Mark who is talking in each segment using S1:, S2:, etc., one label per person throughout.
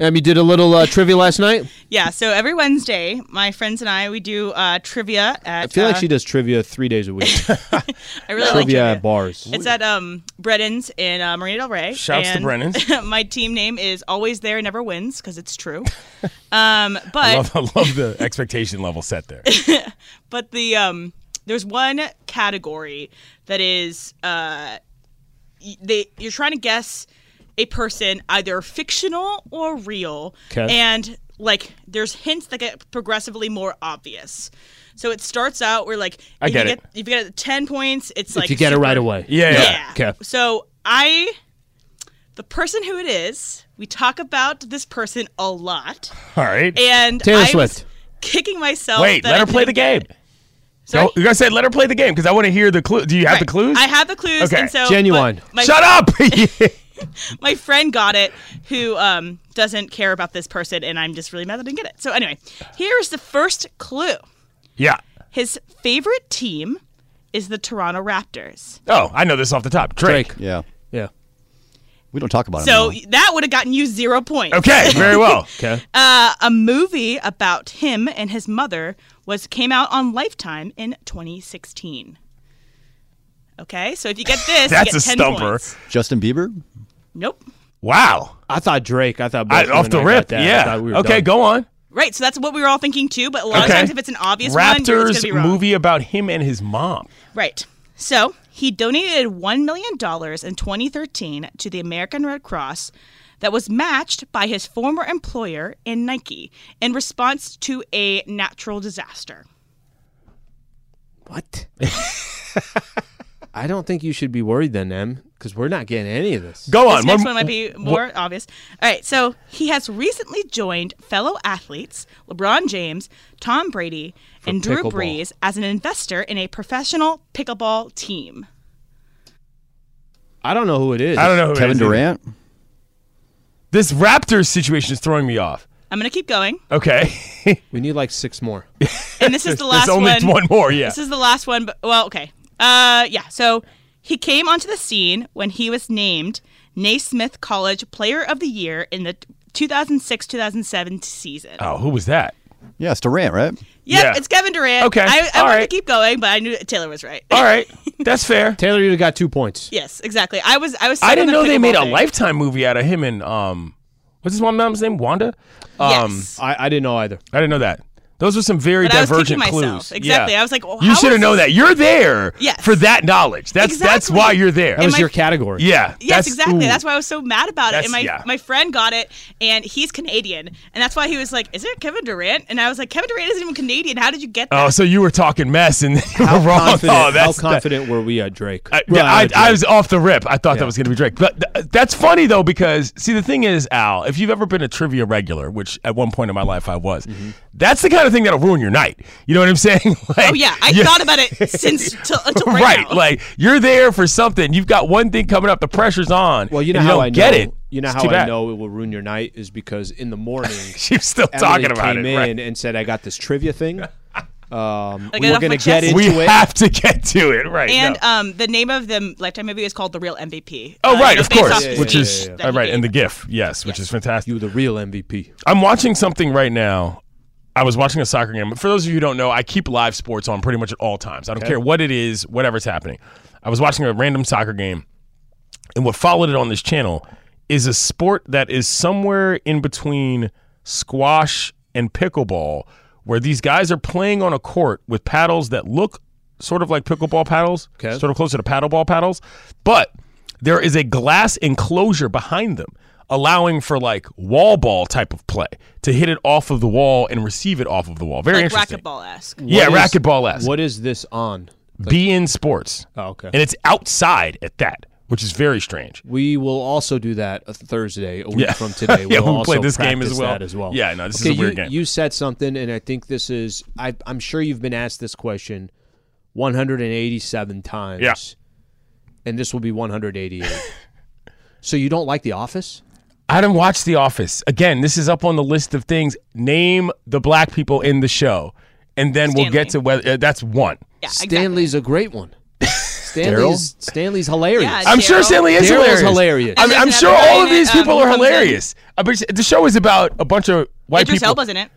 S1: Um, you did a little uh, trivia last night.
S2: Yeah, so every Wednesday, my friends and I we do uh, trivia at.
S1: I feel like
S2: uh,
S1: she does trivia three days a week.
S2: I really like
S1: trivia Oh,
S2: trivia.
S1: at bars.
S2: It's at um, Brennan's in uh, Marina Del Rey.
S3: Shouts to
S2: and
S3: Brennan's.
S2: my team name is Always There, Never Wins because it's true. um, but
S3: Love, I love the expectation level set there.
S2: but the um, there's one category that is uh, y- they you're trying to guess a person either fictional or real,
S1: 'Kay.
S2: and like there's hints that get progressively more obvious. So it starts out where like
S3: I
S2: if
S3: get
S2: you
S3: it.
S2: Get, if you get ten points, it's like
S1: if you get it right
S2: super-
S1: away.
S3: Yeah,
S2: Yeah.
S3: yeah.
S1: Okay.
S2: So I, the person who it is, we talk about this person a lot,
S3: All right.
S2: and oh,
S1: Taylor
S2: I was
S1: Swift.
S2: Kicking myself.
S3: Wait,
S2: that
S3: let
S2: I
S3: her play the
S2: didn't get
S3: game.
S2: it. Sorry?
S3: No, you guys said let her play the game because I want to hear the clue. Do you have the
S2: Right.
S3: clues?
S2: I have the clues.
S3: Okay.
S2: And so
S1: Genuine.
S2: but My,
S3: Shut up!
S2: my friend got it, who um, doesn't care about this person, and I'm just really mad that I didn't get it. So anyway, here is the first clue.
S3: yeah.
S2: His favorite team is the Toronto Raptors.
S3: Oh, I know this off the top. Drake.
S1: Drake.
S4: Yeah.
S1: Yeah.
S4: We don't talk about
S2: So
S4: him. now.
S2: that would have gotten you zero points.
S3: Uh-huh. Okay, very well.
S1: Okay.
S2: Uh, a movie about him and his mother was came out on Lifetime in 2016. Okay, so if you get this, you
S3: That's
S2: get
S3: a
S2: 10
S3: stumper.
S2: points.
S4: Justin Bieber?
S2: Nope.
S3: Wow.
S1: I thought Drake. I thought
S3: I,
S1: both
S3: off
S1: you
S3: the
S1: and I got
S3: rip.
S1: that. I
S3: yeah.
S1: thought we were
S3: okay,
S1: done.
S3: go on.
S2: Right, so that's what we were all thinking too. But a lot
S3: Okay.
S2: of times, if it's an obvious one, you're just gonna
S3: Raptors
S2: be wrong.
S3: movie about him and his mom.
S2: Right. So he donated $1 million in 2013 to the American Red Cross that was matched by his former employer in Nike in response to a natural disaster.
S1: What? I don't think you should be worried then, Em, because we're not getting any of this.
S3: Go on.
S2: This next
S3: One-
S2: one might be more obvious. All right, so he has recently joined fellow athletes LeBron James, Tom Brady, and Drew
S1: pickleball.
S2: Brees as an investor in a professional pickleball team.
S1: I don't know who it is.
S3: I don't know who it
S4: Kevin
S3: is either.
S4: Durant?
S3: This Raptors situation is throwing me off.
S2: I'm going to keep going.
S3: Okay.
S1: We need like six more.
S2: And this is the last
S3: There's only one, more, yeah.
S2: This is the last one, but well, okay. Uh, yeah. So he came onto the scene when he was named Naismith College Player of the Year in the 2006-2007 season.
S3: oh, who was that?
S4: Yeah, it's Durant, right?
S2: Yep,
S3: yeah.
S2: it's Kevin Durant.
S3: Okay, Uh,
S2: I, I
S3: all
S2: wanted
S3: right.
S2: to keep going, but I knew Taylor was right.
S3: All right. That's fair.
S1: Taylor, you got two points.
S2: yes, exactly. I was. I was. stuck
S3: I
S2: on the
S3: didn't know they made
S2: pickleball
S3: a
S2: thing.
S3: lifetime movie out of him and um what's his one mom's name? Wanda? Um
S2: yes.
S1: I, I didn't know either.
S3: I didn't know that. Those are some very
S2: But I was
S3: divergent
S2: kicking
S3: clues.
S2: myself. Exactly.
S3: Yeah.
S2: I was like, well,
S3: you
S2: how
S3: should have
S2: is
S3: known
S2: this-
S3: that. You're there
S2: Yes.
S3: for that knowledge. That's that's
S2: Exactly.
S3: why you're there.
S1: That was
S2: my-
S1: your category.
S3: yeah.
S2: Yes,
S3: that's,
S2: exactly.
S3: ooh.
S2: That's why I was so mad about it.
S3: That's-
S2: and my
S3: yeah.
S2: my friend got it, and he's Canadian, and that's why he was like, "Is it Kevin Durant?" And I was like, "Kevin Durant isn't even Canadian. How did you get that?"
S3: Oh, so you were talking mess and you were wrong.
S1: Confident,
S3: oh, that's
S1: how confident were we at Drake?
S3: I,
S1: Well,
S3: yeah,
S1: at
S3: I, I
S1: Drake.
S3: was off the rip. I thought that was going to be Drake. But th- that's funny though because see the thing is, Al, if you've ever been a trivia regular, which at one point in my life I was,
S1: Mm-hmm.
S3: that's the kind of thing that'll ruin your night. You know what I'm saying? Like,
S2: Oh yeah, I
S3: you-
S2: thought about it since till, until right,
S3: Right,
S2: now.
S3: like you're there for something. You've got one thing coming up. The pressure's on.
S1: Well, you know
S3: and
S1: how
S3: don't
S1: I know,
S3: get it.
S1: You know
S3: It's
S1: how
S3: too
S1: I
S3: bad.
S1: know it will ruin your night is because in the morning
S3: She was still
S1: Emily
S3: talking about
S1: came
S3: it.
S1: in
S3: right.
S1: and said, "I got this trivia thing. Um,
S2: Like,
S1: we
S2: I
S1: were
S2: got
S1: going
S2: my
S1: to get
S2: chest.
S1: into
S3: We
S1: it."
S3: have to get to it. Right.
S2: and
S3: no.
S2: um, the name of the Lifetime movie is called The Real MVP.
S3: oh,
S2: Uh,
S3: right,
S2: it was
S3: of
S2: based off
S3: course,
S2: his
S3: which
S2: speech
S3: is
S2: that he
S3: right, and the
S2: gave.
S3: GIF, yes, which is fantastic.
S1: You were the real MVP.
S3: I'm watching something right now. I was watching a soccer game. For those of you who don't know, I keep live sports on pretty much at all times. I don't care what it is, whatever's happening. I was watching a random soccer game, and what followed it on this channel is a sport that is somewhere in between squash and pickleball, where these guys are playing on a court with paddles that look sort of like pickleball paddles,
S1: Okay.
S3: sort of closer to paddleball paddles, but there is a glass enclosure behind them, allowing for like wall ball type of play to hit it off of the wall and receive it off of the wall. Very
S2: like
S3: interesting.
S2: racquetball esque.
S3: Yeah,
S1: What is-
S3: racquetball esque.
S1: What is this on?
S3: Be in sports,
S1: Oh, okay.
S3: and it's outside at that, which is very strange.
S1: We will also do that a Thursday, a week
S3: Yeah.
S1: from today.
S3: Yeah, we'll
S1: also
S3: play this game as
S1: practice
S3: well.
S1: that as well.
S3: Yeah, no, this is
S1: Okay,
S3: a weird
S1: you,
S3: game.
S1: You said something, and I think this is. I, I'm sure you've been asked this question 187 times.
S3: Yeah.
S1: And this will be 188. so you don't like The Office?
S3: I didn't watch The Office. Again, this is up on the list of things. Name the black people in the show, and then we'll
S2: Stanley.
S3: get to whether uh, that's one.
S2: Yeah, exactly.
S1: Stanley's a great one. Stanley's Stanley's hilarious.
S2: Yeah,
S3: I'm sure
S2: Daryl.
S3: Stanley is
S1: Daryl's
S3: hilarious.
S1: hilarious.
S3: I'm,
S2: there's
S3: I'm
S2: another
S3: sure
S2: guy
S3: all of
S2: in it,
S3: these
S2: um,
S3: people
S2: who
S3: are
S2: comes in.
S3: hilarious. Uh, but the show is about a bunch of white
S2: Idris
S3: people.
S2: Elba's in it.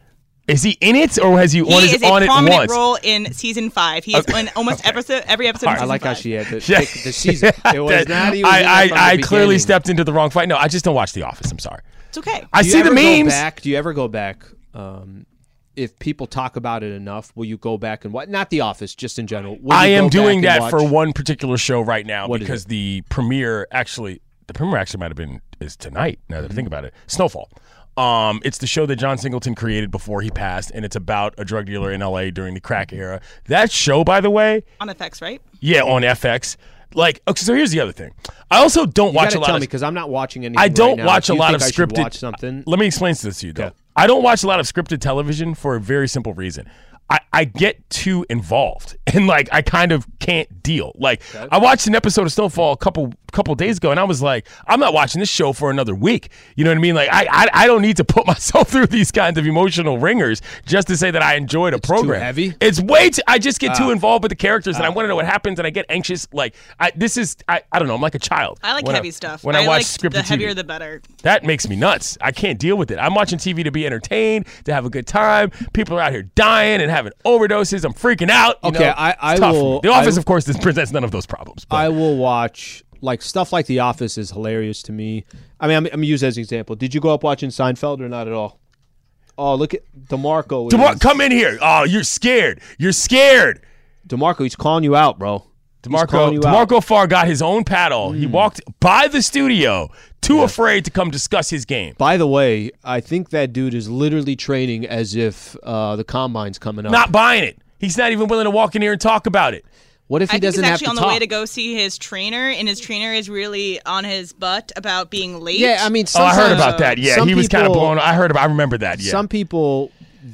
S3: Is he in it or has he,
S2: He
S3: on,
S2: is,
S3: his,
S2: a
S3: on it
S2: prominent
S3: once?
S2: role in season five. He is on almost episode, every episode. Of
S1: I
S2: season
S1: like how
S2: five.
S1: she had the,
S3: Yeah.
S1: the season. It was
S3: That-
S1: not even. in
S3: I,
S1: it from the
S3: I, I clearly
S1: beginning.
S3: stepped into the wrong fight. No, I just don't watch The Office. I'm sorry.
S2: It's okay.
S3: I
S1: Do you
S3: see the
S1: ever go
S3: memes.
S1: back? Do you ever go back? Um, if people talk about it enough, will you go back and what? Not The Office, just in general. Will
S3: I
S1: you
S3: am
S1: go
S3: doing
S1: back
S3: that
S1: and
S3: for
S1: watch-
S3: one particular show right now
S1: What is
S3: because the premiere actually the premiere actually might have been is tonight now that I
S1: Mm-hmm.
S3: think about it. Snowfall. Um, it's the show that John Singleton created before he passed, and it's about a drug dealer in LA during the crack era. That show, by the way,
S2: On effects, right?
S3: yeah, on FX. Like, okay, so here's the other thing. I also don't
S1: You
S3: watch
S1: gotta
S3: a lot
S1: tell
S3: of
S1: me because I'm not watching anything.
S3: I
S1: right
S3: don't
S1: now.
S3: watch
S1: Do
S3: a
S1: you
S3: lot
S1: think
S3: of
S1: I should
S3: scripted
S1: Watch something.
S3: Let me explain this to you though.
S1: Okay.
S3: I don't watch a lot of scripted television for a very simple reason. I, I get too involved and like I kind of can't deal. Like I watched an episode of Snowfall a couple couple days ago and I was like, I'm not watching this show for another week. You know what I mean? Like I I, I don't need to put myself through these kinds of emotional ringers just to say that I enjoyed a program.
S1: heavy? Ah.
S3: It's way too. I just get too involved with the characters and I want to know what happens and I get anxious. Like I this is I, I don't know. I'm like a child.
S2: I like
S3: when
S2: heavy stuff.
S3: When I, watch
S2: like
S3: scripted
S2: the heavier
S3: TV.
S2: the better.
S3: That makes me nuts. I can't deal with it. I'm watching TV to be entertained, to have a good time. People are out here dying and having overdoses. I'm freaking out. you
S1: Okay,
S3: know?
S1: I-
S3: It's
S1: I
S3: tough for
S1: will-
S3: me. The Office,
S1: I-
S3: of course, this presents none of those problems. But
S1: I will watch like stuff like The Office is hilarious to me. I mean, I'm, I'm gonna use that as an example. Did you grow up watching Seinfeld or not at all? Oh, look at Demarco.
S3: DeMar-
S1: is-
S3: come in here. Oh, you're scared. You're scared.
S1: Demarco, he's calling you out, bro. He's calling
S3: DeMarco,
S1: you out. Mm.
S3: DeMarco Farr got his own paddle. He walked by the studio, too afraid to come discuss his game.
S1: By the way, I think that dude is literally training as if uh, the combine's coming up.
S3: Not buying it. He's not even willing to walk in here and talk about it.
S1: what if he
S2: I think
S1: doesn't
S2: he's
S1: have
S2: actually
S1: to
S2: on the
S1: talk?
S2: way to go see his trainer, and his trainer is really on his butt about being late.
S1: Yeah, I mean,
S3: Oh, I heard
S1: sometimes-
S3: about that. Yeah,
S1: some
S3: he was kind of
S1: people-
S3: blown. I heard about. I remember that. Yeah.
S1: Some people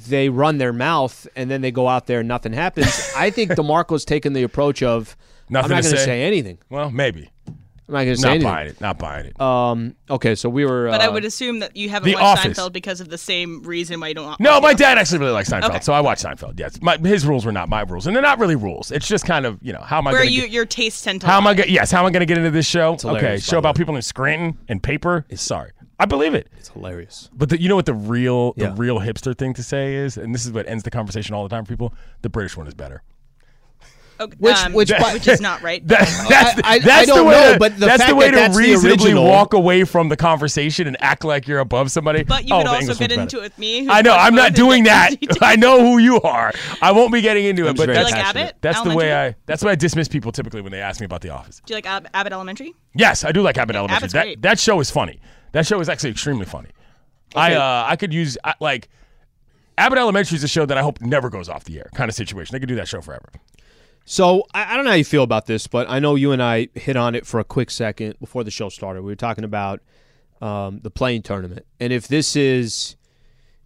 S1: they run their mouth and then they go out there and nothing happens. I think DeMarco's taken the approach of
S3: Nothing
S1: I'm not
S3: to
S1: going
S3: say.
S1: say anything.
S3: well, maybe.
S1: I'm not going to say
S3: Not
S1: anything.
S3: buying it. Not buying it.
S1: Um, okay, so we were.
S2: But
S1: uh,
S2: I would assume that you haven't
S3: The
S2: watched
S3: Office.
S2: Seinfeld because of the same reason why you don't.
S3: No,
S2: watch
S3: my
S2: it.
S3: dad actually really likes Seinfeld,
S2: Okay.
S3: so I watched Seinfeld. Yes, my, his rules were not my rules, and they're not really rules. It's just kind of you know how am I
S2: Where
S3: going
S2: you
S3: to
S2: your tastes tend to.
S3: how am
S2: lie.
S3: I going yes how am I going to get into this show?
S1: hilarious,
S3: Okay,
S1: by
S3: show
S1: the
S3: about
S1: way.
S3: people in Scranton and paper. Sorry, I believe it.
S1: It's hilarious.
S3: But the, you know what the real the
S1: Yeah.
S3: real hipster thing to say is, and this is what ends the conversation all the time for people. The British one is better.
S2: Okay,
S1: Which-
S2: um,
S1: which-
S2: which is not right.
S3: That, that's the,
S1: I- I
S3: that's the
S1: don't
S3: way
S1: know,
S3: to,
S1: but the
S3: that's the
S1: fact
S3: way
S1: that
S3: to
S1: that's the
S3: reasonably
S1: original-
S3: walk away from the conversation and act like you're above somebody.
S2: But you
S3: oh,
S2: could
S3: the
S2: also
S3: English
S2: get
S3: one's
S2: into
S3: better.
S2: it with me.
S3: I know.
S2: who's like,
S3: I'm not
S2: both
S3: doing
S2: of them.
S3: that. I know who you are. I won't be getting into it,
S1: just
S3: but
S1: very
S2: Do
S3: that's,
S2: you like
S1: passionate.
S2: Abbott?
S3: that's the way
S2: Elementary?
S3: I that's what I dismiss people typically when they ask me about the office.
S2: Do you like Ab- Abbott Elementary?
S3: Yes, I do like Abbott Elementary.
S2: Abbott's
S3: that
S2: great.
S3: that show is funny. That show is actually extremely funny. I uh, I could use I, like Abbott Elementary is a show that I hope never goes off the air kind of situation. They could do that show forever.
S1: So I, I don't know how you feel about this, but I know you and I hit on it for a quick second before the show started. We were talking about um, the playing tournament, and if this is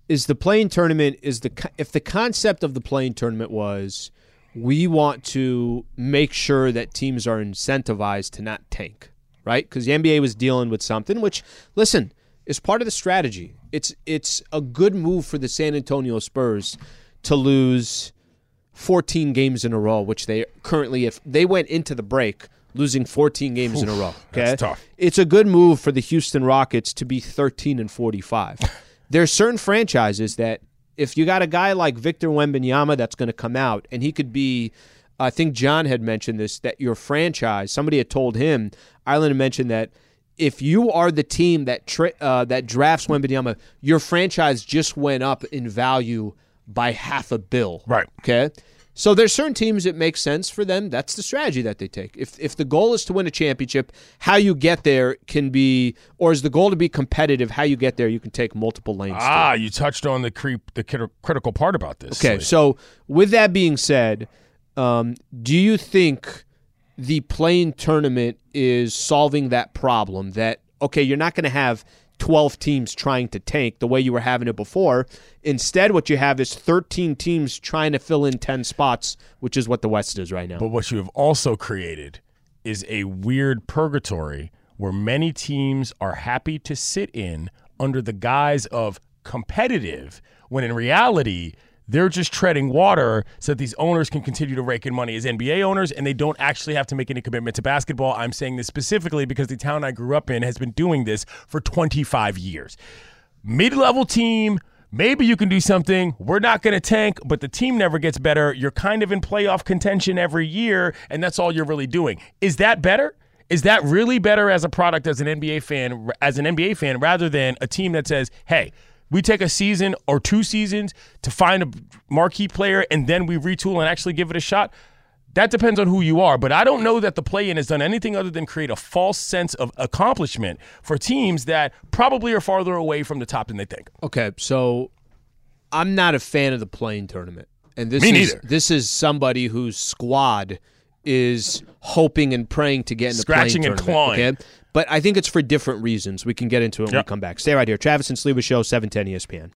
S1: is the playing tournament is the co- if the concept of the playing tournament was we want to make sure that teams are incentivized to not tank, right? Because the NBA was dealing with something, which listen is part of the strategy. It's it's a good move for the San Antonio Spurs to lose. 14 games in a row, which they currently, if they went into the break losing 14 games in a row, okay?
S3: that's tough.
S1: It's a good move for the Houston Rockets to be 13 and 45. There's certain franchises that if you got a guy like Victor Wembanyama that's going to come out and he could be I think John had mentioned this that your franchise, somebody had told him, Ireland had mentioned that if you are the team that tra- uh, that drafts Wembanyama, your franchise just went up in value by half a bill.
S3: Right.
S1: Okay. So there's certain teams it makes sense for them. That's the strategy that they take. If if the goal is to win a championship, how you get there can be, or is the goal to be competitive? How you get there, you can take multiple lanes. to it.
S3: Ah, you touched on the creep the crit- critical part about this.
S1: Okay,
S3: Lee.
S1: so with that being said, um, do you think the playing tournament is solving that problem? That okay, you're not going to have 12 teams trying to tank the way you were having it before. Instead, what you have is 13 teams trying to fill in 10 spots, which is what the West is right now.
S3: But what you have also created is a weird purgatory where many teams are happy to sit in under the guise of competitive, when in reality, They're just treading water so that these owners can continue to rake in money as NBA owners and they don't actually have to make any commitment to basketball. I'm saying this specifically because the town I grew up in has been doing this for 25 years. Mid level team, maybe you can do something. We're not going to tank, but the team never gets better. You're kind of in playoff contention every year, and that's all you're really doing. Is that better? Is that really better as a product as an NBA fan as an NBA fan rather than a team that says, "Hey, we take a season or two seasons to find a marquee player and then we retool and actually give it a shot?" That depends on who you are, but I don't know that the play in has done anything other than create a false sense of accomplishment for teams that probably are farther away from the top than they think.
S1: Okay, so I'm not a fan of the playing tournament, and this
S3: Me
S1: is
S3: neither.
S1: this is somebody whose squad is hoping and praying to get in the
S3: Scratching
S1: playing
S3: and
S1: tournament,
S3: clawing.
S1: Okay? But I think it's for different reasons. We can get into it when
S3: Yep.
S1: we come back. Stay right here. Travis and Sleva Show, E 710 ESPN.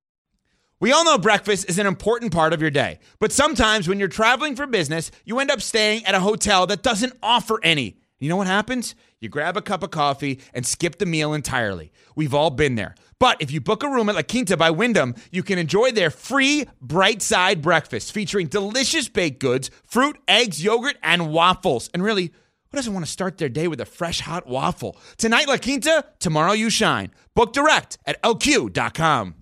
S5: We all know breakfast is an important part of your day, but sometimes when you're traveling for business, you end up staying at a hotel that doesn't offer any. You know what happens? You grab a cup of coffee and skip the meal entirely. We've all been there. But if you book a room at La Quinta by Wyndham, you can enjoy their free bright side breakfast featuring delicious baked goods, fruit, eggs, yogurt, and waffles. And really, who doesn't want to start their day with a fresh hot waffle? Tonight, La Quinta, tomorrow, you shine. Book direct at lq.com.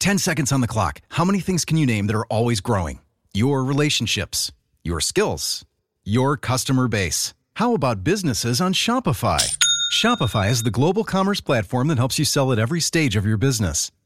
S6: 10 seconds on the clock. How many things can you name that are always growing? Your relationships, your skills, your customer base. How about businesses on Shopify? Shopify is the global commerce platform that helps you sell at every stage of your business.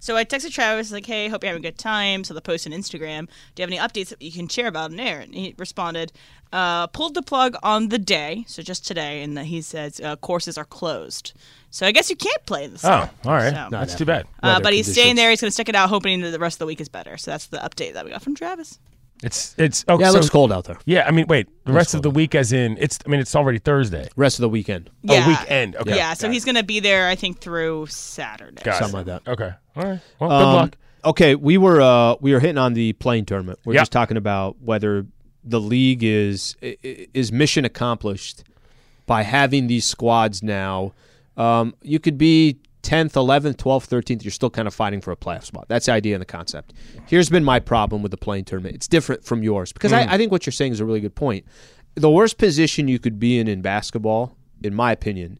S2: So I texted Travis like, "Hey, hope you're having a good time." So the post on Instagram. Do you have any updates that you can share about an air? And he responded, uh, "Pulled the plug on the day, so just today." And then he says, uh, "Courses are closed, so I guess you can't play this."
S3: Oh, all right.
S2: So-
S3: That's too bad.
S2: Uh, but he's
S1: conditions.
S2: staying there. He's going to stick it out, hoping that the rest of the week is better. So that's the update that we got from Travis.
S3: It's it's okay.
S1: Yeah, it
S3: so,
S1: looks cold out there.
S3: Yeah, I mean, wait. The rest of the week, as in, it's. I mean, it's already Thursday.
S1: Rest of the weekend.
S3: Oh, weekend. Okay.
S2: Yeah, so
S3: Got
S2: he's going to be there, I think, through Saturday.
S3: Got it.
S1: Something like that.
S3: Okay. All right. Well,
S1: Um,
S3: good luck.
S1: Okay, we were uh, we were hitting on the playing tournament. We're
S3: Yeah.
S1: just talking about whether the league is i- i- is mission accomplished by having these squads now. Um, you could be tenth, eleventh, twelfth, thirteenth. You're still kind of fighting for a playoff spot. That's the idea and the concept. Here's been my problem with the playing tournament. It's different from yours because I, I think what you're saying is a really good point. The worst position you could be in in basketball, in my opinion,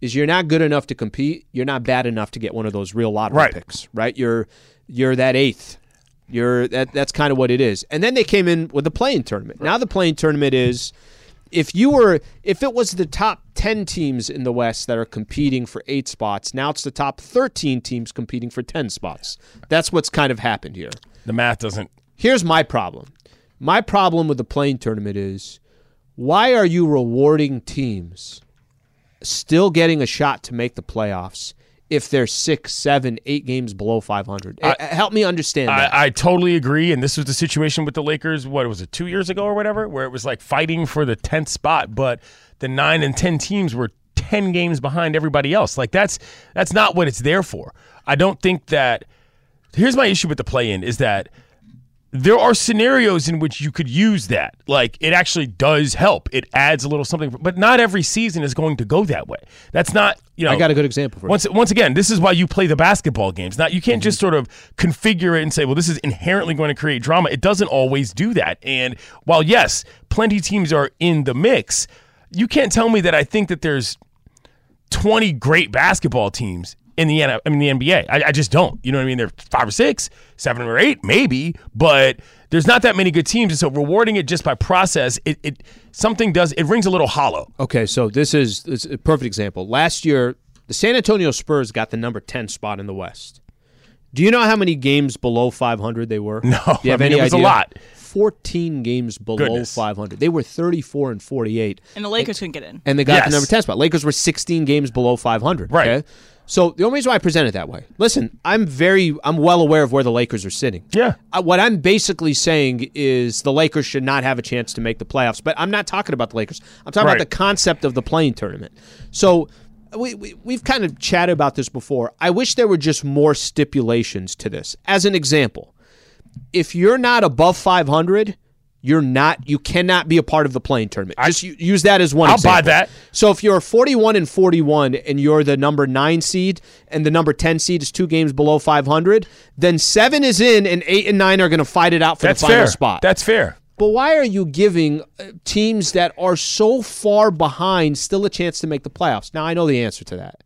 S1: is you're not good enough to compete. You're not bad enough to get one of those real lottery
S3: Right.
S1: picks, right? You're you're that eighth. You're that that's kind of what it is. And then they came in with the playing tournament. Now the playing tournament is if you were if it was the top 10 teams in the West that are competing for 8 spots, now it's the top 13 teams competing for 10 spots. That's what's kind of happened here.
S3: The math doesn't.
S1: Here's my problem. My problem with the playing tournament is why are you rewarding teams still getting a shot to make the playoffs if they're six, seven, eight games below 500? Eh, Help me understand that.
S3: I, I totally agree. And this was the situation with the Lakers. What was it? Two years ago or whatever, where it was like fighting for the tenth spot, but the nine and ten teams were ten games behind everybody else. Like that's that's not what it's there for. I don't think that. Here's my issue with the play in is that there are scenarios in which you could use that. Like it actually does help. It adds a little something, but not every season is going to go that way. That's not you know.
S1: I got a good example for you. Mm-hmm.
S3: once once again, this is why you play the basketball games. Not you can't just sort of configure it and say, well, this is inherently going to create drama. It doesn't always do that. And while yes, plenty teams are in the mix, you can't tell me that I think that there's 20 great basketball teams in the N- I mean the NBA. I, I just don't. You know what I mean? They're five or six, seven or eight, maybe, but there's not that many good teams. And so rewarding it just by process, it, it something does it rings a little hollow.
S1: Okay, so this is, this is a perfect example. Last year, the San Antonio Spurs got the number 10 spot in the West. Do you know how many games below 500 they were? No. Do you have
S3: I mean,
S1: any
S3: it was a
S1: idea?
S3: lot.
S1: 14 games below
S3: Goodness.
S1: 500. They were 34 and 48.
S2: And the Lakers couldn't get in.
S1: and they got the
S3: Yes.
S1: number 10 spot. Lakers were 16 games below 500.
S3: Right.
S1: okay? So the only reason why I present it that way, listen, I'm very, I'm well aware of where the Lakers are sitting.
S3: Yeah.
S1: Uh, what I'm basically saying is the Lakers should not have a chance to make the playoffs. But I'm not talking about the Lakers. I'm talking
S3: Right.
S1: about the concept of the playing tournament. So we, we we've kind of chatted about this before. I wish there were just more stipulations to this. As an example, if you're not above 500. You're not. You cannot be a part of the playing tournament. Just u- use that as one.
S3: I'll buy
S1: example.
S3: that.
S1: So if you're 41 and 41 and you're the number nine seed and the number 10 seed is two games below 500, then seven is in and eight and nine are going to fight it out for
S3: That's
S1: the final
S3: fair.
S1: spot.
S3: That's fair.
S1: but why are you giving uh, teams that are so far behind still a chance to make the playoffs? Now I know the answer to that.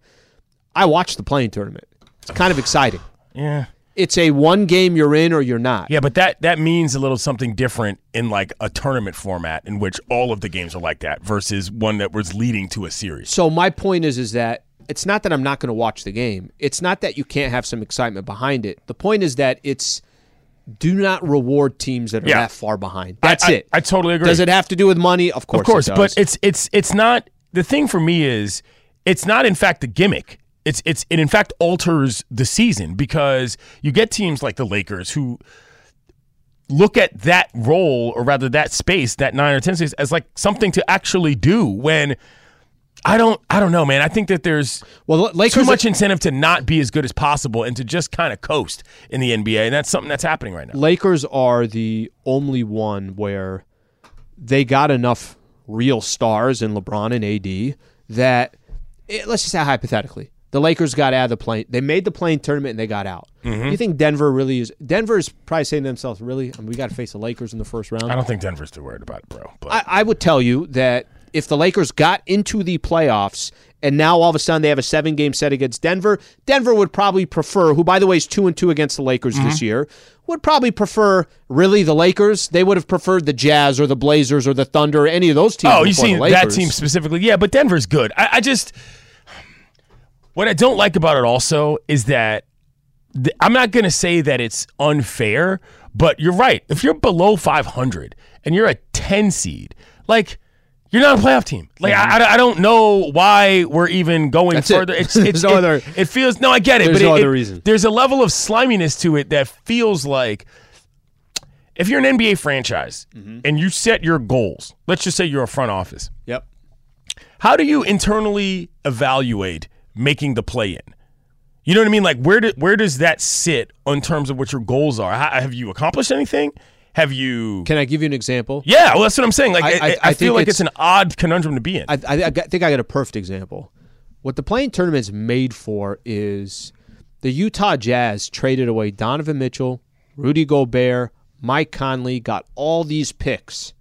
S1: I watched the playing tournament. It's kind of exciting.
S3: Yeah.
S1: It's a one game you're in or you're not.
S3: Yeah, but that that means a little something different in like a tournament format in which all of the games are like that versus one that was leading to a series.
S1: So my point is, is that it's not that I'm not going to watch the game. It's not that you can't have some excitement behind it. The point is that it's do not reward teams that are
S3: Yeah.
S1: that far behind. That's
S3: I-
S1: it.
S3: I totally agree.
S1: Does it have to do with money? Of course,
S3: Of course,
S1: it does.
S3: but it's it's it's not the thing for me is it's not in fact a gimmick. It's it's it in fact alters the season because you get teams like the Lakers who look at that role or rather that space, that nine or ten space, as like something to actually do when I don't I don't know, man. I think that there's
S1: well, the Lakers
S3: too much incentive to not be as good as possible and to just kind of coast in the NBA, and that's something that's happening right now.
S1: Lakers are the only one where they got enough real stars in LeBron and AD that eh, let's just say hypothetically, the Lakers got out of the plane. They made the plane tournament and they got out. You think Denver really is? Denver is probably saying to themselves, "Really, I mean, we got to face the Lakers in the first round."
S3: I don't think Denver's too worried about it, bro. But
S1: I, I would tell you that if the Lakers got into the playoffs and now all of a sudden they have a seven game set against Denver, Denver would probably prefer, who by the way is two and two against the Lakers
S3: Mm-hmm.
S1: this year, would probably prefer really the Lakers. They would have preferred the Jazz or the Blazers or the Thunder or any of those teams.
S3: Oh, you
S1: before
S3: see
S1: the
S3: that
S1: Lakers.
S3: team specifically? Yeah, but Denver's good. I, I just what I don't like about it also is that th- I'm not going to say that it's unfair, but you're right. If you're below 500 and you're a 10 seed, like you're not a playoff team. Like I- I, don't- I don't know why we're even going
S1: Mm-hmm. That's it.
S3: further. It's,
S1: There's
S3: it's
S1: no
S3: it,
S1: other-
S3: it feels no, I get it,
S1: there's
S3: but
S1: no
S3: it-
S1: other
S3: it-
S1: reason.
S3: There's a level of sliminess to it that feels like if you're an NBA franchise and you set your goals, let's just say you're a front office,
S1: Yep.
S3: how do you internally evaluate making the play in? You know what I mean? Like where do, where does that sit in terms of what your goals are? How, have you accomplished anything? Have you?
S1: Can I give you an example?
S3: yeah, well, that's what I'm saying. Like
S1: I-
S3: I,
S1: I-
S3: I,
S1: I think
S3: feel like
S1: it's-
S3: it's, an odd conundrum to be in.
S1: I, I, I got- think I got a perfect example. What the playing tournament's made for is the Utah Jazz traded away Donovan Mitchell, Rudy Gobert, Mike Conley, got all these picks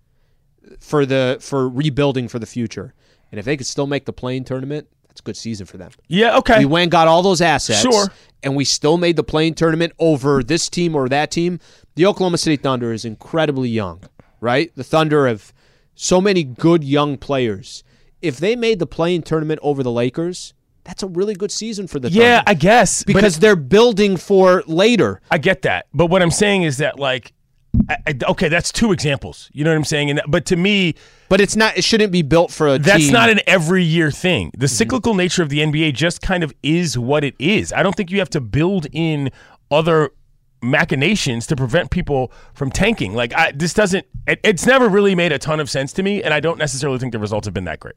S1: for the for rebuilding for the future. And if they could still make the playing tournament, that's a good season for them.
S3: yeah, okay.
S1: We went and got all those assets.
S3: Sure.
S1: And we still made the playing tournament over this team or that team. The Oklahoma City Thunder is incredibly young, right? The Thunder have so many good young players. If they made the playing tournament over the Lakers, that's a really good season for the
S3: yeah,
S1: Thunder.
S3: I guess but
S1: because they're building for later.
S3: I get that, but what I'm saying is that like, I, I- okay, that's two examples. You know what I'm saying? And that, but to me,
S1: But it's not it shouldn't be built for a
S3: That's
S1: team.
S3: not an every year thing. The cyclical nature of the NBA just kind of is what it is. I don't think you have to build in other machinations to prevent people from tanking. Like I, this doesn't. It, it's never really made a ton of sense to me, and I don't necessarily think the results have been that great.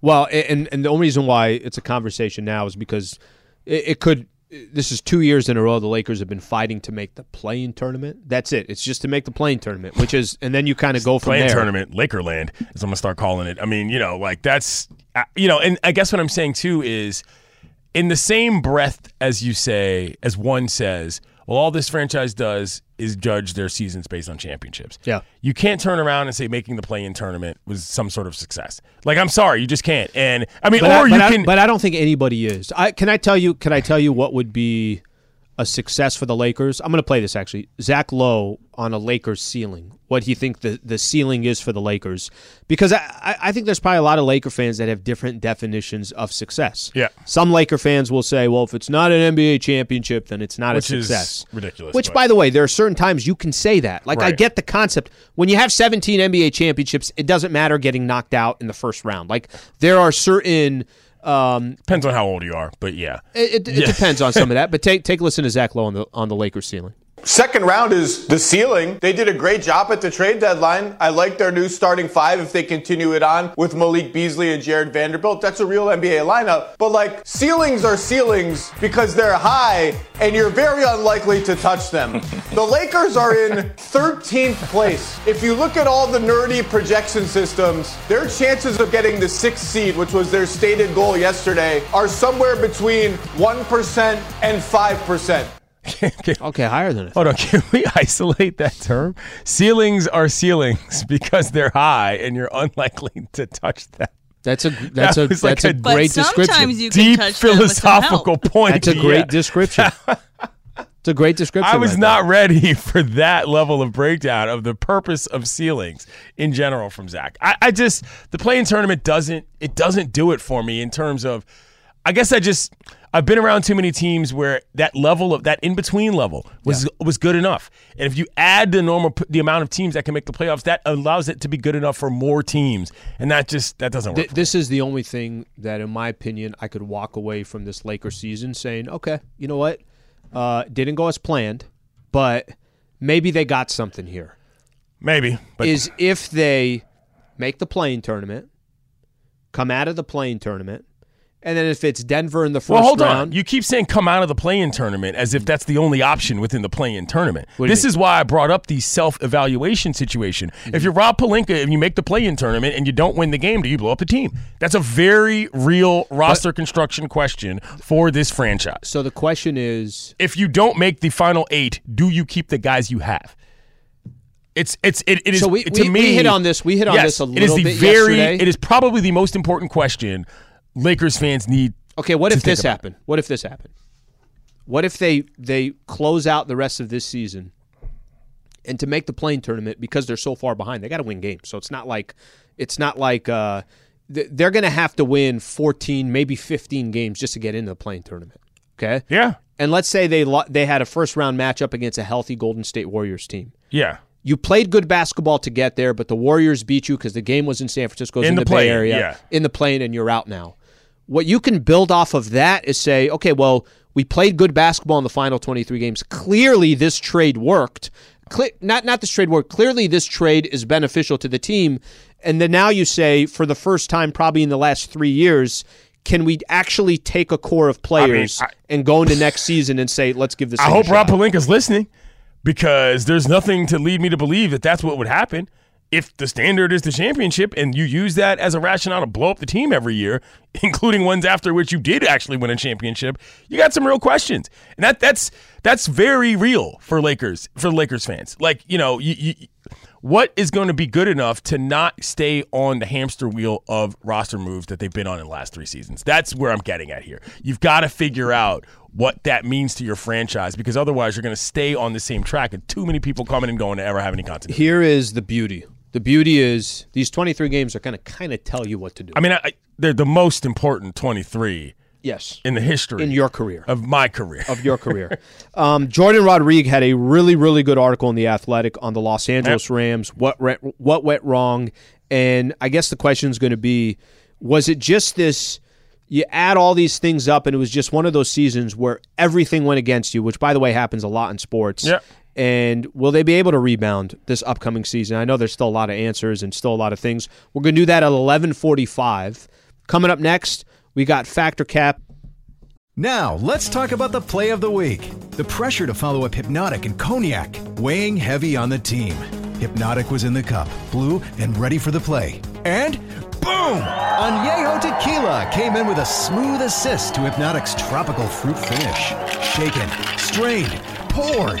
S1: Well, a- and and the only reason why it's a conversation now is because it, it could. This is two years in a row the Lakers have been fighting to make the playing tournament. That's it. It's just to make the playing tournament, which is, and then you kind of go from
S3: Playing
S1: there.
S3: tournament, Lakerland, is I'm gonna start calling it. I mean, you know, like that's, I- you know, and I guess what I'm saying too is, in the same breath as you say, as one says, well, all this franchise does is judge their seasons based on championships.
S1: Yeah.
S3: you can't turn around and say making the play-in tournament was some sort of success. Like, I'm sorry, you just can't. And I mean,
S1: But,
S3: or
S1: I, but,
S3: you
S1: I,
S3: can.
S1: but I don't think anybody is. I can I tell you? Can I tell you what would be a success for the Lakers? I'm going to play this actually. Zach Lowe on a Lakers ceiling. What do you think the, the ceiling is for the Lakers? Because I, I I think there's probably a lot of Laker fans that have different definitions of success.
S3: Yeah.
S1: Some Laker fans will say, well, if it's not an NBA championship, then it's not
S3: Which
S1: a
S3: is
S1: success.
S3: ridiculous,
S1: Which,
S3: but-
S1: by the way, there are certain times you can say that. Like I
S3: Right.
S1: get the concept. When you have 17 NBA championships, it doesn't matter getting knocked out in the first round. Like there are certain
S3: Depends on how old you are, but yeah.
S1: It, it, it depends on some of that, but take take a listen to Zach Lowe on the on the Lakers ceiling.
S7: Second round is the ceiling. They did a great job at the trade deadline. I like their new starting five if they continue it on with Malik Beasley and Jared Vanderbilt. That's a real NBA lineup. But like ceilings are ceilings because they're high and you're very unlikely to touch them. the Lakers are in 13th place. If you look at all the nerdy projection systems, their chances of getting the sixth seed, which was their stated goal yesterday, are somewhere between 1% and 5%.
S1: Okay, higher than it.
S3: Hold on, can we isolate that term? Ceilings are ceilings because they're high and you're unlikely to touch them.
S1: That's a that's
S3: That
S1: a
S3: was
S1: that's
S3: like
S1: a,
S3: a
S2: But
S1: great description.
S2: sometimes you can
S3: Deep
S2: touch them with some help.
S3: philosophical point.
S1: That's a great
S3: Yeah.
S1: description. it's a great description.
S3: I was
S1: right
S3: not ready for that level of breakdown of the purpose of ceilings in general from Zach. I, I just the playing tournament doesn't it doesn't do it for me in terms of I guess I just I've been around too many teams where that level of that in between level was was good enough. And if you add the normal p- the amount of teams that can make the playoffs, that allows it to be good enough for more teams. And that just that doesn't work.
S1: Th- this is the only thing that, in my opinion, I could walk away from this Laker season saying, okay, you know what? Uh, didn't go as planned, but maybe they got something here.
S3: Maybe, but
S1: Is if they make the playing tournament, come out of the playing tournament, and then if it's Denver in the first
S3: Well, hold
S1: round,
S3: on. You keep saying come out of the play-in tournament as if that's the only option within the play-in tournament.
S1: What do you
S3: This
S1: mean? Mm-hmm.
S3: is why I brought up the self-evaluation situation. If you're Rob Palinka and you make the play-in tournament and you don't win the game, do you blow up the team? That's a very real roster construction question for this franchise.
S1: so the question is,
S3: If you don't make the final eight, do you keep the guys you have? It's it's it, it is
S1: So we-
S3: to
S1: we-
S3: me.
S1: we hit on this- we hit on
S3: yes,
S1: this a
S3: It is
S1: little
S3: the
S1: bit
S3: very.
S1: yesterday.
S3: It is probably the most important question Lakers fans need.
S1: Okay, what
S3: to
S1: if
S3: think
S1: this
S3: about.
S1: happened? What if this happened? What if they they close out the rest of this season and to make the playing tournament because they're so far behind, they got to win games. So it's not like it's not like uh, th- they're going to have to win 14, maybe 15 games just to get into the playing tournament. Okay?
S3: Yeah.
S1: And let's say they lo- they had a first round matchup against a healthy Golden State Warriors team.
S3: Yeah.
S1: You played good basketball to get there, but the Warriors beat you because the game was in San Francisco, it was
S3: In
S1: in,
S3: the
S1: the, Bay
S3: play-in,
S1: Area,
S3: yeah.
S1: in the plane, and you're out now. What you can build off of that is say, okay, well, we played good basketball in the final 23 games. Clearly, this trade worked. Cle- not not this trade worked. Clearly, this trade is beneficial to the team. And then now you say, for the first time probably in the last three years, can we actually take a core of players
S3: I-
S1: and go into next season and say, let's give this?
S3: I
S1: thing a
S3: hope Rob
S1: shot?
S3: Palinka's listening because there's nothing to lead me to believe that that's what would happen. If the standard is the championship and you use that as a rationale to blow up the team every year, including ones after which you did actually win a championship, you got some real questions. And that that's that's very real for Lakers for Lakers fans. Like, you know, you, you what is going to be good enough to not stay on the hamster wheel of roster moves that they've been on in the last three seasons? That's where I'm getting at here. You've got to figure out what that means to your franchise because otherwise you're going to stay on the same track and too many people coming and going to ever have any continuity.
S1: here is the beauty. The beauty is these 23 games are going to kind of tell you what to do.
S3: I mean, I, I- they're the most important 23
S1: yes.
S3: in the history
S1: In your career.
S3: of my career.
S1: Of your career. um, Jordan Rodriguez had a really, really good article in The Athletic on the Los Angeles Rams, what, re- what went wrong. And I guess the question is going to be was it just this? You add all these things up, and it was just one of those seasons where everything went against you, which, by the way, happens a lot in sports.
S3: Yeah.
S1: And will they be able to rebound this upcoming season? I know there's still a lot of answers and still a lot of things. We're going to do that at 11:45. Coming up next, we got Factor Cap.
S6: Now, let's talk about the play of the week. The pressure to follow up Hypnotic and Cognac, weighing heavy on the team. Hypnotic was in the cup, blue, and ready for the play. And boom! Añejo Tequila came in with a smooth assist to Hypnotic's tropical fruit finish. Shaken, strained, poured.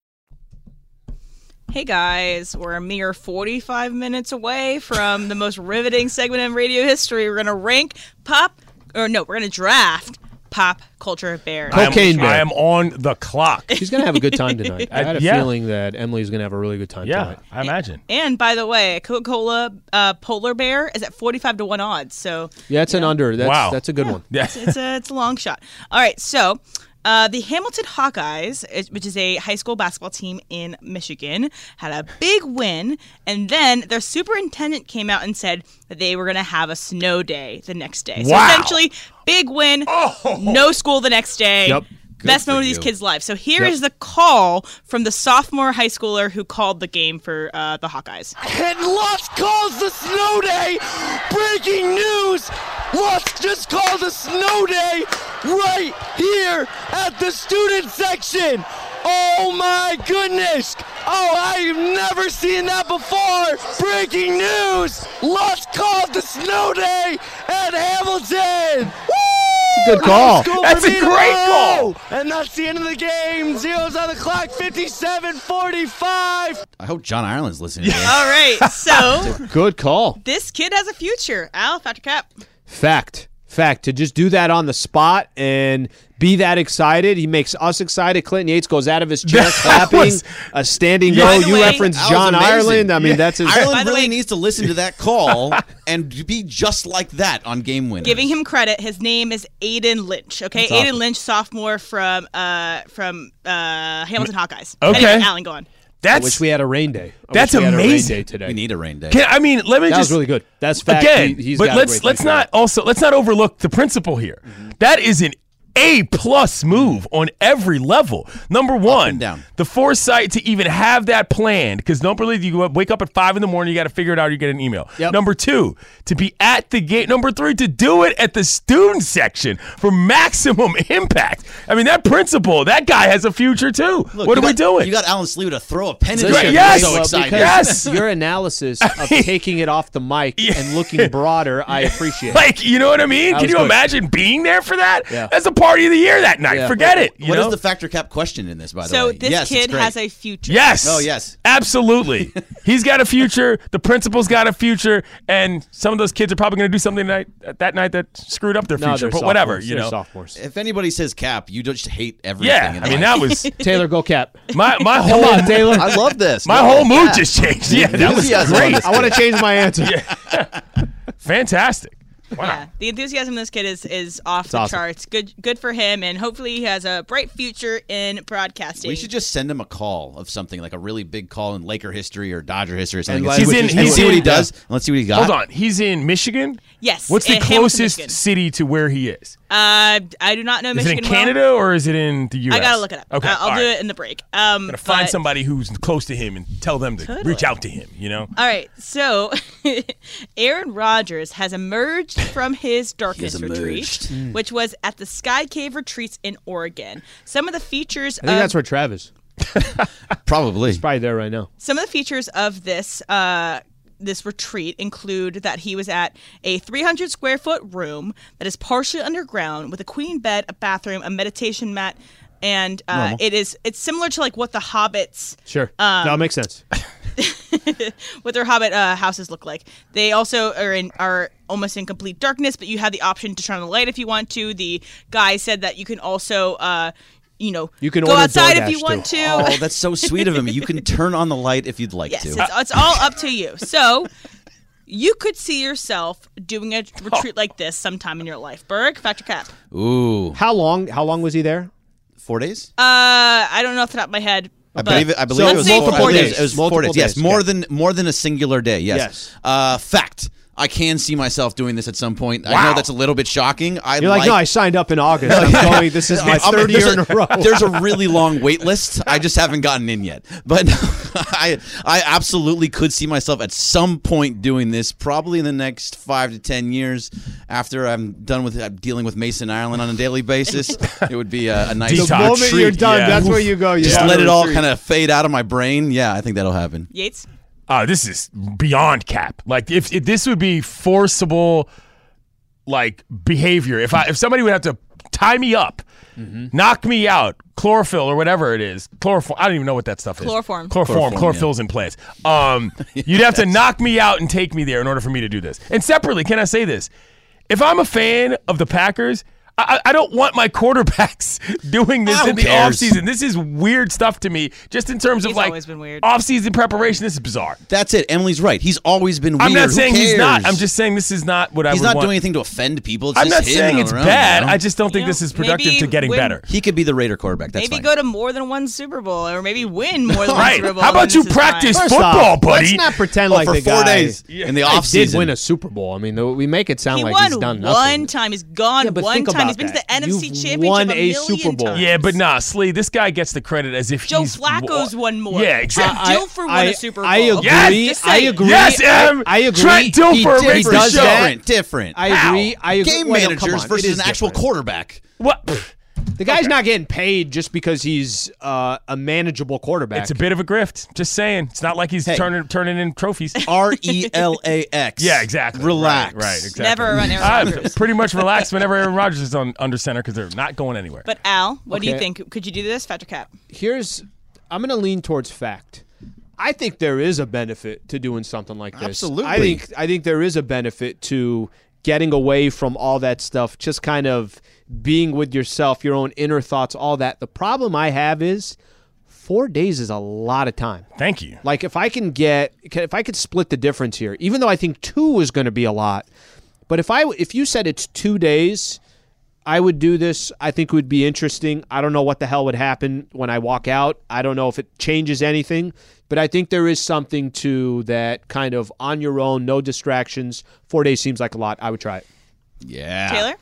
S2: Hey guys, we're a mere 45 minutes away from the most riveting segment in radio history. We're going to rank pop, or no, we're going to draft pop culture bears.
S3: I am-
S1: Cocaine bear.
S3: I am on the clock.
S1: She's gonna have a good time tonight. I had a
S3: yeah.
S1: feeling that Emily's gonna have a really good time
S3: Yeah,
S1: tonight.
S3: I imagine.
S2: And by the way, Coca Cola uh, Polar Bear is at 45 to 1 odds. So
S1: Yeah, it's an under. That's,
S3: Wow.
S1: that's a good one.
S3: Yeah.
S2: it's a it's a long shot. All right, so uh, the Hamilton Hawkeyes, is- which is a high school basketball team in Michigan, had a big win, and then their superintendent came out and said that they were going to have a snow day the next day. So
S3: Wow. Oh.
S2: essentially, big win, no school the next day.
S1: Yep.
S2: Best moment of these kids' lives. So here is the call from the sophomore high schooler who called the game for uh, the Hawkeyes.
S8: And Lusk calls the snow day. Breaking news. Lusk just called a snow day right here at the student section. Oh my goodness. Oh, I've never seen that before. Breaking news. Lusk called the snow day at Hamilton. Woo!
S1: Good call.
S8: School
S3: That's
S8: for
S3: a
S8: me to
S3: great
S8: go. And that's the end of the game. Zeros on the clock, 57 45.
S4: I hope John Ireland's listening. to this.
S2: All right, so
S1: Good call.
S2: this kid has a future. Al, Factor Cap.
S1: Fact. Fact. To just do that on the spot and be that excited, he makes us excited. Clinton Yates goes out of his chair
S3: That
S1: clapping
S3: was-
S1: a standing
S2: By
S1: goal.
S2: the
S1: You
S2: way-
S1: reference
S4: That was
S1: John
S4: amazing.
S1: Ireland. I mean, that's his.
S2: By
S4: Ireland
S2: the
S4: really
S2: way-
S4: needs to listen to that call and be just like that on game winners.
S2: giving him credit. His name is Aiden Lynch. Okay, Aiden Lynch, sophomore from uh from uh Hamilton Hawkeyes.
S3: Okay.
S2: anyway, Alan, go on.
S1: I
S3: That's
S1: wish we had a rain day. I
S3: That's
S1: wish we had a rain
S3: amazing.
S1: day today.
S4: We need a rain day.
S3: Can, I mean, let me
S1: that
S3: just
S1: was really good. That's fact.
S3: again.
S1: He- he's
S3: but
S1: got a
S3: let's
S1: great
S3: let's
S1: thing Mm-hmm. for
S3: not
S1: that.
S3: also let's not overlook the principle here. That is an A plus move
S1: Mm-hmm.
S3: on every level. Number one,
S4: down.
S3: the foresight to even have that planned because don't believe you wake up at five in the morning, you got to figure it out, or you get an email.
S1: Yep.
S3: Number two, to be at the gate. Number three, to do it at the student section for maximum impact. I mean, that principle, that guy has a future too. what
S4: Look, you
S3: are we
S4: got-
S3: doing?
S4: You got Alan Slew to throw a pen in
S1: Listen,
S3: Right,
S4: his
S3: yes!
S4: so
S1: well,
S4: excited.
S1: because
S3: Yes!
S1: your analysis of taking it off the mic and looking broader, I appreciate.
S3: Like, you know what I mean?
S1: That
S3: Can
S1: was
S3: you
S1: good.
S3: imagine being there for that?
S1: Yeah.
S3: That's the party of the year that night.
S1: Yeah.
S3: Forget it. You
S4: What
S3: know?
S4: is the factor cap question in this, by the
S2: So
S4: way?
S2: this
S4: Yes, it's
S2: kid
S4: great.
S2: has a future.
S3: yes.
S4: Oh, yes.
S3: Absolutely. He's got a future. The principal's got a future. And some of those kids are probably going to do something tonight, that night that screwed up their
S1: No,
S3: future.
S1: they're
S3: But whatever,
S1: sophomores.
S3: you
S1: They're
S3: know.
S1: sophomores.
S4: If anybody says cap, you just hate everything.
S3: Yeah.
S4: in
S3: I mean, that
S4: life.
S3: was
S1: Taylor, go cap.
S3: my, my whole.
S1: Taylor.
S4: I love this.
S3: My
S4: No,
S3: whole mood
S4: yeah.
S3: just changed. Yeah, that was
S4: enthusiasm on
S3: great.
S4: this
S1: I want to change my answer.
S3: Fantastic. Wow.
S2: Yeah, the enthusiasm of this kid is is off the
S1: awesome.
S2: charts. Good, good for him, and hopefully he has a bright future in broadcasting.
S4: We should just send him a call of something like a really big call in Laker history or Dodger history or something.
S1: And
S4: And
S1: he's
S4: see
S3: in-
S4: what-
S3: he's
S4: and see what he
S3: in-
S4: does. And let's see what he got.
S3: Hold on. He's in Michigan?
S2: yes.
S3: What's the
S2: in Hamilton,
S3: closest
S2: Michigan.
S3: city to where he is?
S2: Uh, I do not know
S3: Is it
S2: Michigan.
S3: in
S2: well.
S3: Canada or is it in the U.S.?
S2: I gotta look it up.
S3: Okay,
S2: Uh, I'll
S3: all
S2: do
S3: right.
S2: it in the break. Um,
S3: gonna find
S2: but-
S3: somebody who's close to him and tell them to reach out to him. You know,
S2: All right, so Aaron Rodgers has emerged from his darkness retreat, which was at the Sky Cave Retreats in Oregon. Some of the features
S1: I think
S2: of
S1: that's where Travis.
S4: Probably.
S1: Probably there Uh, right now.
S2: some of the features of this uh, this retreat include that he was at a 300 square foot room that is partially underground with a queen bed, a bathroom, a meditation mat, and uh, it is it's similar to like what the hobbits
S1: Sure. no, it makes sense.
S2: what their hobbit uh, houses look like. They also are in are almost in complete darkness, but you have the option to turn on the light if you want to. The guy said that you can also, uh, you know,
S1: You can
S2: go
S1: order
S2: outside if
S1: DoorDash,
S2: you want
S1: too.
S2: to.
S4: Oh, that's so sweet of him. You can turn on the light if you'd like
S2: yes,
S4: to.
S2: it's, it's all up to you. So. You could see yourself doing a retreat like this sometime in your life. Berg, factor cap.
S4: Ooh,
S1: How long? How long was he there?
S4: four days.
S2: Uh, I don't know off the top of my head.
S4: I
S2: but
S4: believe it. I believe
S1: So
S4: it
S2: let's
S4: was
S2: say
S4: four,
S2: four
S4: I believe
S2: days.
S4: It was
S1: Multiple
S4: four days. Yes,
S1: days,
S4: more
S1: okay.
S4: than more than a singular day. Yes.
S1: Yes.
S4: Uh, fact: I can see myself doing this at some point. I know that's a little bit shocking. I
S1: You're like, no, I signed up in August. I'm going, this is my
S4: I'm-
S1: third
S4: there's
S1: year in a row.
S4: There's a really long wait list. I just haven't gotten in yet. But I I absolutely could see myself at some point doing this, probably in the next five to ten years. After I'm done with I'm dealing with Mason Ireland on a daily basis, it would be a, a nice
S3: The
S1: the
S3: Detox.
S1: moment you're
S3: Treat,
S1: done,
S3: yeah.
S1: that's where you go. You
S4: Just
S1: gotta
S4: let it all
S1: retreat.
S4: kind of fade out of my brain. Yeah, I think that'll happen.
S2: Yates?
S3: uh, this is beyond cap. Like if, if this would be forcible, like behavior. If I if somebody would have to tie me up,
S4: Mm-hmm.
S3: knock me out, chlorophyll or whatever it is, chloroform. I don't even know what that stuff is.
S2: Chloroform.
S3: Chloroform.
S4: Chloroform,
S3: chlorophyll's in plants. Um, you'd have to knock me out and take me there in order for me to do this. And separately, can I say this? If I'm a fan of the Packers. I, I I don't want my quarterbacks doing this
S4: Ah, who
S3: in the
S4: cares?
S3: offseason. This is weird stuff to me, just in terms of
S2: He's
S3: like
S2: always been weird.
S3: offseason preparation. This is bizarre.
S4: That's it. Emily's right. He's always been weird.
S3: I'm not
S4: Who
S3: saying he's not.
S4: cares?
S3: I'm just saying this is not what I
S4: He's
S3: would
S4: not
S3: want.
S4: doing anything to offend people. It's
S3: I'm
S4: just
S3: not
S4: him
S3: saying
S4: on
S3: it's
S4: their own,
S3: bad.
S4: you know?
S3: I just don't think
S2: You
S3: this
S2: know,
S3: is productive
S2: maybe
S3: to getting
S2: when-
S3: better.
S4: he could be the Raider quarterback. That's
S2: Maybe
S4: fine.
S2: go to more than one Super Bowl or maybe win more than one
S3: Right.
S2: Super Bowl.
S3: How
S2: than
S3: about you
S2: this is fine.
S3: practice
S1: First
S3: football,
S1: off,
S3: buddy.
S1: Let's not pretend
S4: Oh,
S1: like
S4: for
S1: the
S4: four
S1: guy
S4: days in the
S1: I did
S4: offseason.
S1: win a Super Bowl. I mean, though, we make it sound
S2: He
S1: like
S2: won
S1: he's done nothing.
S2: one time. He's gone
S1: Yeah, but
S2: one
S1: think
S2: time. He's
S1: about
S2: been to the
S1: that.
S2: NFC
S1: You've
S2: Championship
S1: won
S2: a
S1: a
S2: million
S1: Super Bowl.
S2: times.
S3: Yeah, but nah, Slee, this guy gets the credit as if
S2: Joe
S3: he's
S2: Flacco's
S3: wa-
S2: won more.
S3: Yeah, exactly.
S1: I-
S2: Trent Dilfer won
S1: I-
S2: a Super Bowl.
S1: I agree.
S3: Yes!
S2: Just
S1: I
S2: saying.
S1: agree.
S3: Yes,
S1: I-
S3: Em!
S1: I agree.
S3: Trent Dilfer
S1: He did-
S3: makes the
S1: he does
S3: show.
S1: that.
S4: Different, different.
S1: I agree. I agree.
S4: Game
S1: Well, come
S4: managers
S1: on, it
S4: versus
S1: is
S4: an actual
S1: different.
S4: quarterback.
S3: what?
S1: The guy's not getting paid just because he's uh, a manageable quarterback.
S3: It's a bit of a grift. Just saying. It's not like he's
S4: Hey.
S3: turning turning in trophies.
S4: R E L A X.
S3: yeah, exactly.
S4: Relax.
S3: Right, right, exactly.
S2: Never around Aaron
S3: I'm
S2: Rodgers.
S3: pretty much relaxed whenever Aaron Rodgers is on under center because they're not going anywhere.
S2: But Al, what do you
S1: Okay.
S2: think? Could you do this, Factor Cap?
S1: Here's, I'm going to lean towards fact. I think there is a benefit to doing something like this.
S4: Absolutely.
S1: I think I think there is a benefit to getting away from all that stuff, just kind of being with yourself, your own inner thoughts, all that. The problem I have is 4 days is a lot of time.
S3: Thank you.
S1: Like if I can get if I could split the difference here, even though I think two is going to be a lot, but if I if you said it's two days, I would do this. I think it would be interesting. I don't know what the hell would happen when I walk out. I don't know if it changes anything, but I think there is something to that kind of on your own, no distractions. Four days seems like a lot. I would try it.
S4: Yeah.
S2: Taylor?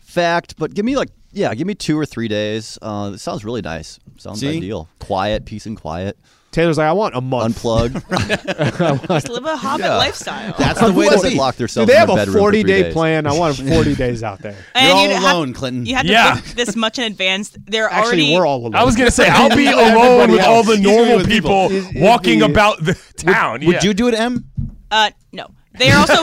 S9: fact, but give me like yeah, give me two or three days. Uh, it sounds really nice. Sounds
S4: See?
S9: ideal. Quiet, peace and quiet.
S1: Taylor's like, I want a month.
S9: Unplug.
S2: Just live a hobbit lifestyle.
S9: That's the way to
S1: Unplug.
S9: be. Lock
S1: Do
S9: themselves
S1: they
S9: in
S1: have
S9: their
S1: a
S9: bedroom for three
S1: forty-day
S9: days.
S1: plan? I want 40 days out there.
S2: and
S4: You're all
S2: you'd
S4: alone,
S2: have,
S4: Clinton.
S2: You have to
S3: Yeah.
S2: book this much in advance. They're
S1: Actually,
S2: already
S1: we're all alone.
S3: I was gonna say I'll be alone with all the
S1: He's
S3: normal
S1: with people.
S3: people,
S1: He's- he's
S3: walking
S1: the- uh,
S3: about the town.
S4: Would
S3: yeah.
S4: you do it, M?
S2: Uh, no. They are also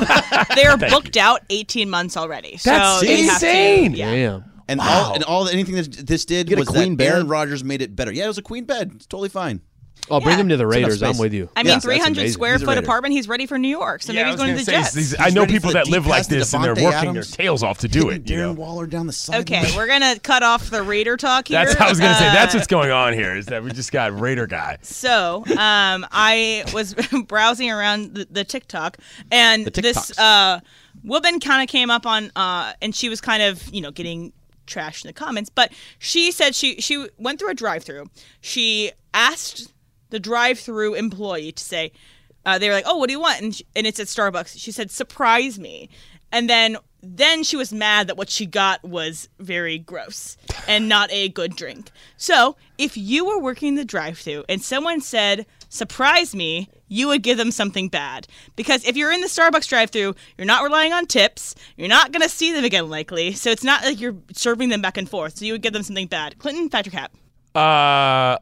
S2: they are booked out 18 months already. So
S3: That's
S2: they have to-
S3: insane.
S2: yeah.
S1: Damn.
S4: And all and all anything that this did
S9: Get a
S4: was
S9: queen
S4: that Aaron
S9: bed.
S4: Rodgers made it better. Yeah, it was a queen bed. It's totally fine.
S1: Oh, bring
S2: Yeah.
S1: him to the Raiders. I'm
S4: space.
S1: with you.
S2: I mean,
S4: that's
S2: 300
S4: amazing.
S2: square
S4: He's a
S2: foot
S4: Raider.
S2: apartment. He's ready for New York, so
S3: Yeah,
S2: maybe
S3: I
S2: he's
S3: was
S2: going to the
S3: gonna say,
S2: Jets.
S3: these- I know
S4: ready for
S3: people
S4: the
S3: that
S4: deep
S3: live like
S4: pass to
S3: this and they're
S4: Devontae
S3: working
S4: Adams.
S3: their tails off to do it.
S4: Darren
S3: You know?
S4: Waller down the side.
S2: Okay, we're gonna cut off the Raider talk here.
S3: That's how I was gonna say. That's
S2: Uh,
S3: what's going on here is that we just got Raider guy.
S2: So, um, I was browsing around the, the TikTok, and this uh, woman kind of came up on, uh, and she was kind of, you know, getting trashed in the comments. But she said she she went through a drive-through. She asked the drive-through employee to say, uh, they were like, "Oh, what do you want?" And, she, and it's at Starbucks. She said, "Surprise me," and then. Then she was mad that what she got was very gross and not a good drink. So, if you were working the drive-through and someone said, "Surprise me," you would give them something bad because if you're in the Starbucks drive-through, you're not relying on tips. You're not gonna see them again likely, so it's not like you're serving them back and forth. So you would give them something bad. Clinton, Patrick Cap.
S3: Uh,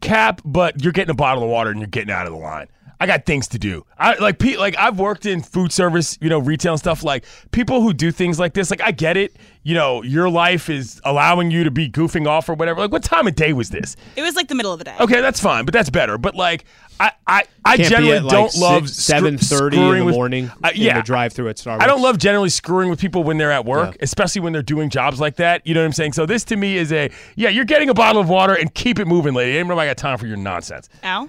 S3: cap, but you're getting a bottle of water and you're getting out of the line. I got things to do. I like Pete. Like I've worked in food service, you know, retail and stuff. Like people who do things like this. Like I get it. You know, your life is allowing you to be goofing off or whatever. Like what time of day was this?
S2: It was like the middle of the day.
S3: Okay, that's fine, but that's better. But like, I I, I
S1: Can't be
S3: generally
S1: at, like,
S3: don't
S1: six-
S3: love seven
S1: 7:30
S3: thirty
S1: in the morning in
S3: yeah,
S1: the drive-thru at Starbucks.
S3: I don't love generally screwing with people when they're at work, especially when they're doing jobs like that. You know what I'm saying? So this to me is a yeah. You're getting a bottle of water and keep it moving, lady. Ain't nobody got time for your nonsense.
S2: Al.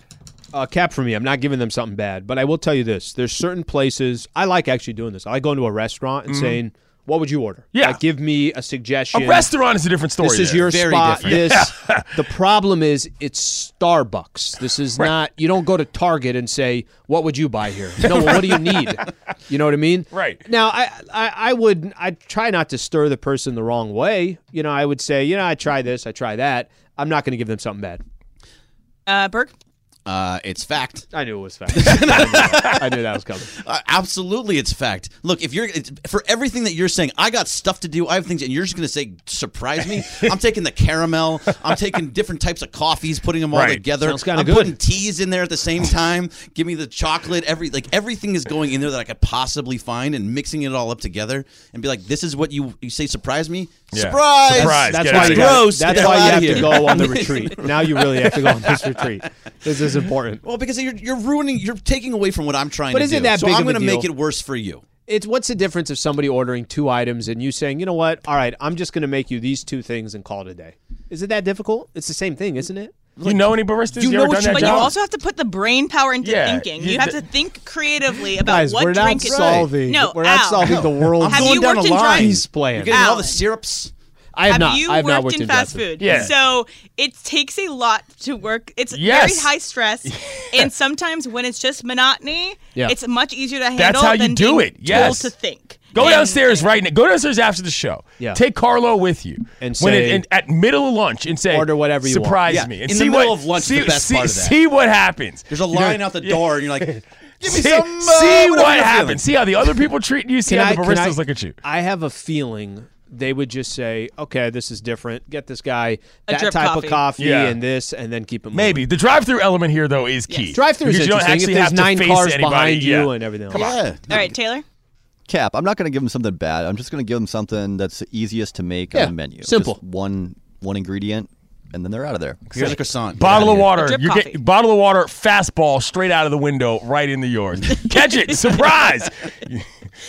S1: uh, cap for me. I'm not giving them something bad, but I will tell you this: there's certain places I like actually doing this. I like going to a restaurant and saying, What would you order?
S3: Mm-hmm. Yeah.
S1: Like, give me a suggestion.
S3: A restaurant is a different story.
S1: This is
S3: there.
S1: your
S4: Very
S1: spot.
S4: different.
S1: This the problem is it's Starbucks. This is not you don't go to Target and say, What would you buy here? No, well, what do you need? You know what I mean?
S3: Right.
S1: Now I, I I would I try not to stir the person the wrong way. You know, I would say, you know, I try this, I try that. I'm not gonna give them something bad.
S2: Uh, Berg,
S4: Uh, it's fact.
S1: I knew it was fact. I, knew that. I knew that was coming.
S4: Uh, absolutely, it's fact. Look, if you're it's, for everything that you're saying, I got stuff to do. I have things, and you're just gonna say surprise me. I'm taking the caramel. I'm taking different types of coffees, putting them all
S3: Right.
S4: together.
S1: Sounds kinda
S4: I'm
S1: good.
S4: putting teas in there at the same time. Give me the chocolate. Every like everything is going in there that I could possibly find, and mixing it all up together, and be like, this is what you you say. Surprise me.
S3: Yeah.
S4: Surprise.
S3: Surprise.
S1: That's
S3: Get
S1: why
S3: outta
S1: you
S3: here.
S4: Gross.
S1: That's
S4: Get
S1: why you
S4: outta
S1: have to
S4: here.
S1: go on the retreat. Now you really have to go on this retreat. This is important.
S4: Well, because you're you're ruining, you're taking away from what I'm trying
S1: But
S4: to
S1: isn't
S4: do.
S1: that
S4: so
S1: big
S4: I'm
S1: of a
S4: gonna make
S1: deal?
S4: it worse for you.
S1: it's what's the difference of somebody ordering two items and you saying, you know what, all right, I'm just going to make you these two things and call it a day. Is it that difficult? It's the same thing, isn't it?
S3: You know any baristas?
S4: You
S3: You,
S4: know
S3: ever done
S4: what you-
S3: that
S2: but you
S3: job?
S2: also have to put the brain power into
S3: Yeah,
S2: thinking.
S3: you
S2: You have to
S3: d-
S2: think creatively about
S1: Guys,
S2: what
S1: we're not
S2: drink is
S1: solving.
S2: No,
S1: we're not
S2: Al.
S1: solving the world's
S2: Have you worked in drive-
S1: He's playing.
S4: You're getting all
S2: Alan.
S4: the syrups.
S1: I have,
S2: have
S1: not.
S2: you
S1: I have
S2: worked,
S1: not worked
S2: in, fast
S1: Johnson.
S2: food?
S3: Yeah.
S2: So it takes a lot to work. It's
S3: Yes.
S2: very high stress, and sometimes when it's just monotony,
S1: Yeah.
S2: it's much easier to handle.
S3: how you
S2: than
S3: do
S2: being
S3: it. Yes.
S2: Told to think.
S3: Go
S2: And-
S3: downstairs right now. Go downstairs after the show.
S1: Yeah.
S3: Take Carlo with you.
S1: And
S3: when
S1: say-
S3: and at middle of lunch and say
S1: Order whatever you want.
S3: surprise
S4: Yeah.
S3: me. And
S4: In the
S3: see
S4: middle
S3: what,
S4: of lunch is
S3: see,
S4: the best
S3: see,
S4: part of that.
S3: See what happens.
S4: There's a line out the door, and you're like,
S3: see,
S4: some,
S3: see
S4: uh, whatever
S3: what
S4: you're feeling.
S3: happens. See how the other people treat you. See
S1: Can
S3: how
S1: I-
S3: the
S1: can I-
S3: baristas look at you.
S1: I have a feeling they would just say, okay, this is different. Get this guy
S2: A
S1: that
S2: drip
S1: type
S2: coffee.
S1: of coffee
S3: Yeah.
S1: and this, and then keep him
S3: Maybe the drive-through element here though is key.
S1: Drive-through is
S3: Because you don't
S1: interesting. If
S3: actually
S1: there's
S3: have to
S1: nine
S3: face
S1: cars
S3: anybody.
S1: behind
S3: Yeah.
S1: you and everything else.
S4: yeah.
S2: All right, Taylor.
S9: Cap, I'm not going to give them something bad. I'm just going to give them something that's the easiest to make
S1: Yeah,
S9: on the menu. Just
S1: simple.
S9: one one ingredient, and then they're out of there.
S4: Here's a croissant.
S3: Bottle of
S2: A
S3: water.
S2: drip
S3: You
S2: coffee.
S3: get bottle of water. Fastball straight out of the window, right into yours. Catch it. Surprise.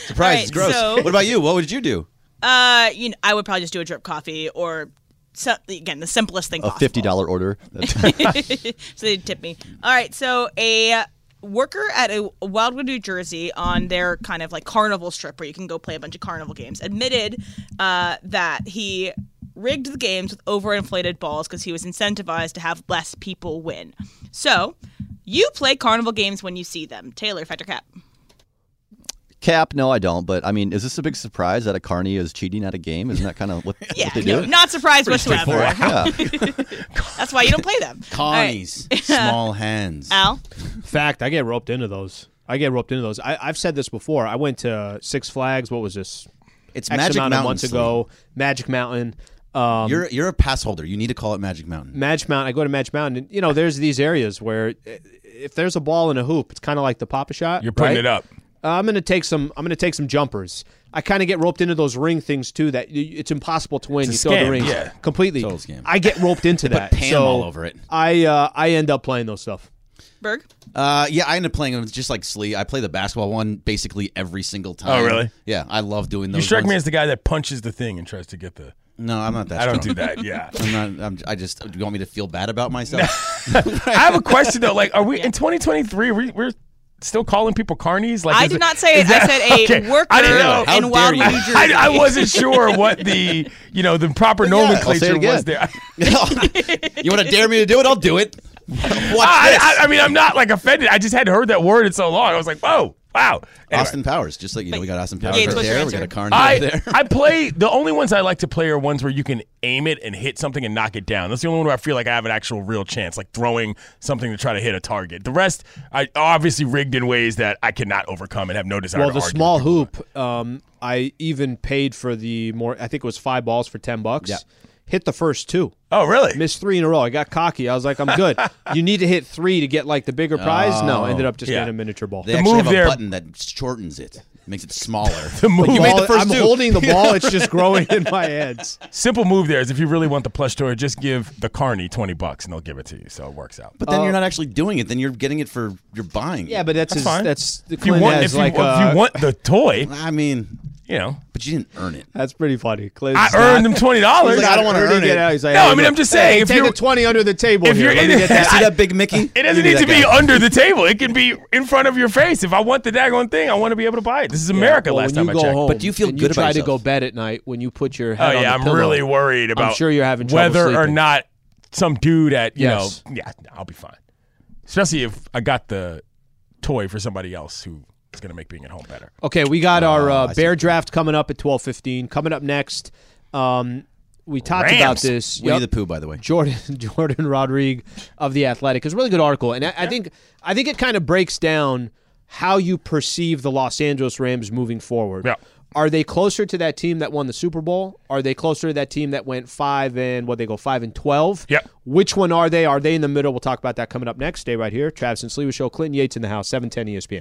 S4: Surprise,
S2: All right,
S4: it's gross.
S2: so-
S4: What about you? What would you do?
S2: Uh, you know, I would probably just do a drip coffee or. So, again, the simplest
S9: A
S2: thing possible.
S9: fifty dollar order. That's
S2: so they tip me. All right, so a worker at a Wildwood, New Jersey, on their kind of like carnival strip where you can go play a bunch of carnival games, admitted uh, that he rigged the games with overinflated balls because he was incentivized to have less people win. So you play carnival games when you see them. Taylor, factor cap.
S9: Cap, no, I don't. But I mean, is this a big surprise that a carny is cheating at a game? Isn't that kind of what,
S2: Yeah,
S9: what they
S2: no,
S9: do?
S2: not surprised whatsoever.
S9: Yeah.
S2: That's why you don't play them. All right,
S4: Connie's small hands.
S2: Al,
S1: fact, I get roped into those. I get roped into those. I, I've said this before. I went to Six Flags. What was this?
S4: It's
S1: X
S4: Magic
S1: amount
S4: Mountain.
S1: of months
S4: Slim.
S1: ago. Magic Mountain. Um,
S4: You're you're a pass holder. You need to call it Magic Mountain.
S1: Magic Mountain. I go to Magic Mountain. And, you know, there's these areas where i- if there's a ball in a hoop, it's kind of like the Papa Shot.
S3: You're putting
S1: right?
S3: it up.
S1: Uh, I'm gonna take some. I'm gonna take some jumpers. I kind of get roped into those ring things too. That y- it's impossible to win.
S3: It's a
S1: you throw
S3: scam,
S1: the rings
S3: yeah.
S1: completely.
S4: Total scam.
S1: I get roped into that.
S4: Pam
S1: so
S4: all over it.
S1: I uh, I end up playing those stuff.
S2: Berg.
S4: Uh, yeah, I end up playing them just like Slee. I play the basketball one basically every single time.
S3: Oh, really?
S4: Yeah, I love doing those.
S3: You strike me
S4: ones.
S3: as the guy that punches the thing and tries to get the.
S4: no, I'm not that.
S3: I don't do
S4: strong.
S3: that. Yeah.
S4: I'm not. I'm, I just. Do you want me to feel bad about myself?
S3: I have a question though. Like, are we in 2023? We, we're still calling people carnies. Like,
S2: I
S3: is
S2: did
S3: it-
S2: not say it.
S3: is that-
S2: I said a
S3: okay.
S2: worker
S3: I didn't know.
S4: How
S2: in Wildwood,
S4: dare you.
S2: New Jersey.
S3: I, I wasn't sure what the you know the proper
S9: I'll say
S3: nomenclature
S9: it again.
S3: was there.
S4: you want to dare me to do it? I'll do it. Watch
S3: I,
S4: this.
S3: I, I mean, I'm not like offended. I just hadn't heard that word in so long. I was like, whoa, wow. Anyway,
S4: Austin Powers, just like you know, we got Austin Powers
S2: Gates,
S4: right
S2: what's your
S4: there. We
S2: answer?
S4: got a Carney over
S3: I
S4: there.
S3: I play the only ones I like to play are ones where you can aim it and hit something and knock it down. That's the only one where I feel like I have an actual real chance, like throwing something to try to hit a target. The rest, I obviously rigged in ways that I cannot overcome and have no desire.
S1: Well,
S3: to
S1: the
S3: argue with
S1: small
S3: people.
S1: hoop, um, I even paid for the more. I think it was five balls for ten bucks.
S4: Yeah.
S1: Hit the first two.
S3: Oh, really?
S1: Missed three in a row. I got cocky. I was like, I'm good. you need to hit three to get like the bigger prize. No, ended up just
S3: Oh, Yeah.
S1: getting a miniature ball.
S4: They actually
S3: move
S4: have a
S3: there-
S4: button that shortens it, makes it smaller.
S3: move-
S4: But you made
S1: Ball-
S4: the 1st
S1: I'm
S4: two.
S1: holding the ball. It's just growing in my hands.
S3: Simple move there is if you really want the plush toy, just give the carny twenty bucks and they'll give it to you. So it works out.
S4: But then you're not actually doing it. Then you're getting it for you're buying. it.
S1: Yeah, but that's that's, his,
S3: fine.
S1: that's the
S3: if you want, if you,
S1: like
S3: if you want the toy,
S4: I mean,
S3: you know,
S4: But you didn't earn it.
S1: That's pretty funny. Clay's
S3: I
S1: not-
S3: earned them twenty dollars.
S1: He's like, I don't want to earn it. Out. He's like,
S3: No,
S1: hey,
S3: I mean,
S1: look,
S3: I'm just saying,
S1: hey,
S3: if
S1: take
S3: you're-
S1: the twenty under the table.
S3: if
S1: here.
S3: you're
S1: Let
S3: in
S1: me get that.
S4: See that big Mickey?
S3: It doesn't
S4: Give me
S3: need to
S4: that
S3: be
S4: guy.
S3: under the table. It can be in front of your face. If I want the daggone thing, I want to be able to buy it. This is America.
S1: Well,
S3: last
S1: when
S3: time
S1: you go
S3: I checked.
S1: home,
S4: But do you feel
S1: and
S4: good about
S1: try to go
S4: yourself?
S1: bed at night when you put your
S3: Oh
S1: head on
S3: yeah,
S1: the
S3: I'm
S1: pillow.
S3: really worried about.
S1: sure you're having trouble
S3: whether or
S1: sleeping.
S3: not some dude at you
S1: Yes.
S3: know yeah I'll be fine. Especially if I got the toy for somebody else who is going to make being at home better.
S1: Okay, we got
S4: Oh,
S1: our uh, bear draft coming up at twelve fifteen. Coming up next, um, we talked about
S3: Rams.
S1: this.
S4: Winnie
S1: Yep.
S4: the Pooh, by the way.
S1: Jordan Jordan Rodrigue of the Athletic. It's a really good article, and I, I think I think it kind of breaks down how you perceive the Los Angeles Rams moving forward.
S3: Yeah.
S1: Are they closer to that team that won the Super Bowl? Are they closer to that team that went five and what they go five and twelve?
S3: Yep.
S1: Which one are they? Are they in the middle? We'll talk about that coming up next. Stay right here. Travis and Sleeve Show. Clinton Yates in the house. Seven ten E ESPN.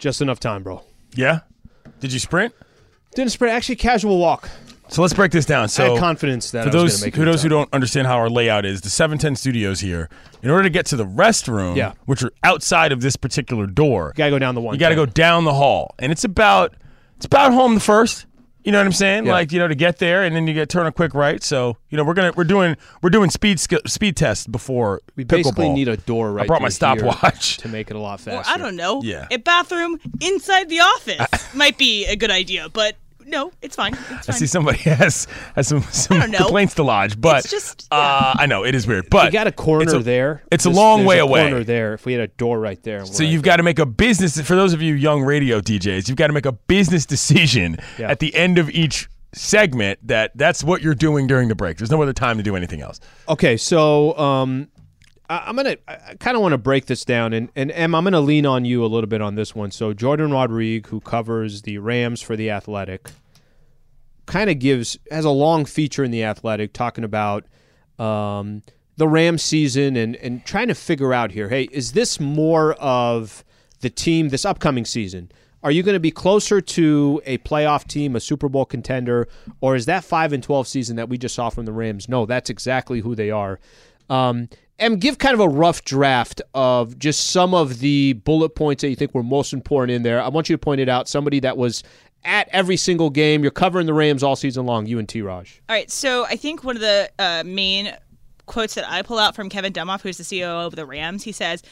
S1: Just enough time, bro.
S3: Yeah. Did you sprint?
S1: Didn't spread actually casual walk.
S3: So let's break this down. So
S1: I had confidence that
S3: for
S1: I was
S3: those
S1: gonna make
S3: for
S1: it
S3: those who
S1: in time.
S3: don't understand how our layout is, the 710 studios here, in order to get to the restroom,
S1: Yeah.
S3: which are outside of this particular door,
S1: You gotta go down the one.
S3: you got to go down the hall, and it's about it's about home the first. You know what I'm saying?
S1: Yeah.
S3: Like you know to get there, and then you get turn a quick right. So you know we're gonna we're doing we're doing speed sk- speed tests before
S1: We basically
S3: pickleball.
S1: need a door right.
S3: I brought my
S1: through here
S3: stopwatch.
S1: to make it a lot faster.
S2: Or I don't know.
S3: Yeah.
S2: A bathroom inside the office might be a good idea, but no, it's fine. It's
S3: I
S2: fine.
S3: see somebody has has some, some
S2: don't know.
S3: complaints to lodge, but
S2: It's just-
S3: uh, I know it is weird. But
S1: You got a corner
S3: it's
S1: there.
S3: It's a
S1: This-
S3: long
S1: there's
S3: way
S1: a
S3: away.
S1: Corner there. If we had a door right there.
S3: So you've got to make a business for those of you young radio DJs. You've got to make a business decision
S1: Yeah.
S3: at the end of each segment that that's what you're doing during the break. There's no other time to do anything else.
S1: Okay, so um, I, I'm gonna I, I kind of want to break this down, and and Em, I'm gonna lean on you a little bit on this one. So Jordan Rodrigue, who covers the Rams for the Athletic, kind of gives has a long feature in the Athletic talking about um, the Rams season and and trying to figure out here. Hey, is this more of the team this upcoming season? Are you going to be closer to a playoff team, a Super Bowl contender, or is that five and twelve season that we just saw from the Rams? No, that's exactly who they are. Um, and give kind of a rough draft of just some of the bullet points that you think were most important in there. I want you to point it out. Somebody that was at every single game. You're covering the Rams all season long. You and T. Raj.
S2: All right, so I think one of the uh, main quotes that I pull out from Kevin Dumoff, who's the CEO of the Rams, he says,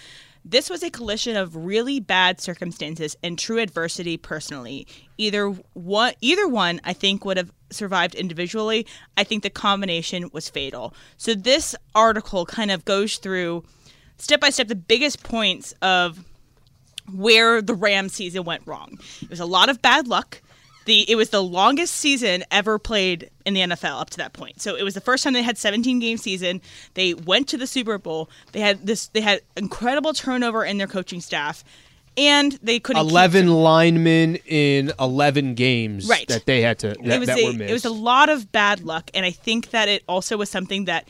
S2: "This was a collision of really bad circumstances and true adversity personally. Either one, either one, I think would have survived individually. I think the combination was fatal." So this article kind of goes through step by step the biggest points of where the Rams season went wrong. It was a lot of bad luck. The it was the longest season ever played in the NFL up to that point. So it was the first time they had 17 game season. They went to the Super Bowl. They had this they had incredible turnover in their coaching staff and they couldn't keep-
S1: Eleven linemen in eleven games
S2: Right.
S1: that they had to that,
S2: it was
S1: that
S2: a,
S1: were missed.
S2: It was a lot of bad luck, and I think that it also was something that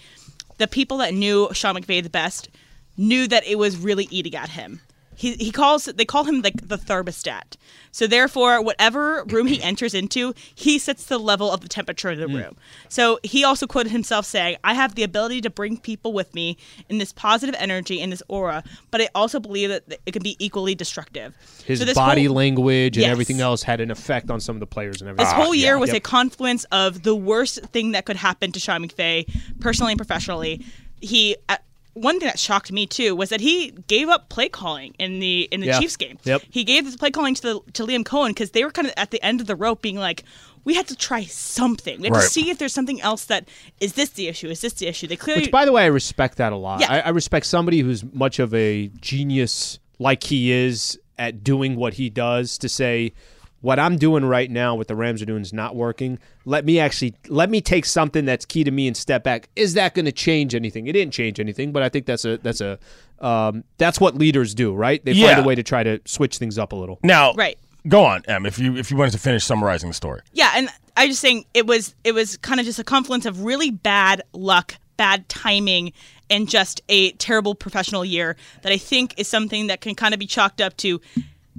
S2: the people that knew Sean McVay the best knew that it was really eating at him. He, he calls they call him like the thermostat. So therefore, whatever room he enters into, he sets the level of the temperature
S1: Mm.
S2: of the room. So he also quoted himself saying, "I have the ability to bring people with me in this positive energy and this aura, but I also believe that it can be equally destructive."
S1: His
S2: So this
S1: body
S2: whole-
S1: language and
S2: Yes.
S1: everything else had an effect on some of the players and everything.
S2: this whole year was
S1: Yep.
S2: a confluence of the worst thing that could happen to Sean McVay, personally and professionally. He uh, one thing that shocked me too was that he gave up play calling in the in the
S1: Yeah.
S2: Chiefs game.
S1: Yep.
S2: He gave the play calling to the to Liam Cohen because they were kind of at the end of the rope, being like. We had to try something. We had to
S3: Right.
S2: see if there's something else that is this the issue? Is this the issue? They clearly
S1: Which, by the way, I respect that a lot.
S2: Yeah.
S1: I, I respect somebody who's much of a genius like he is at doing what he does to say, what I'm doing right now, what the Rams are doing is not working. Let me actually let me take something that's key to me and step back. Is that going to change anything? It didn't change anything, but I think that's a that's a um, that's what leaders do, right? They
S3: Yeah.
S1: find a way to try to switch things up a little.
S3: Now,
S2: Right.
S3: Go on, Em. If you if you wanted to finish summarizing the story,
S2: Yeah, and I just think it was it was kind of just a confluence of really bad luck, bad timing, and just a terrible professional year that I think is something that can kind of be chalked up to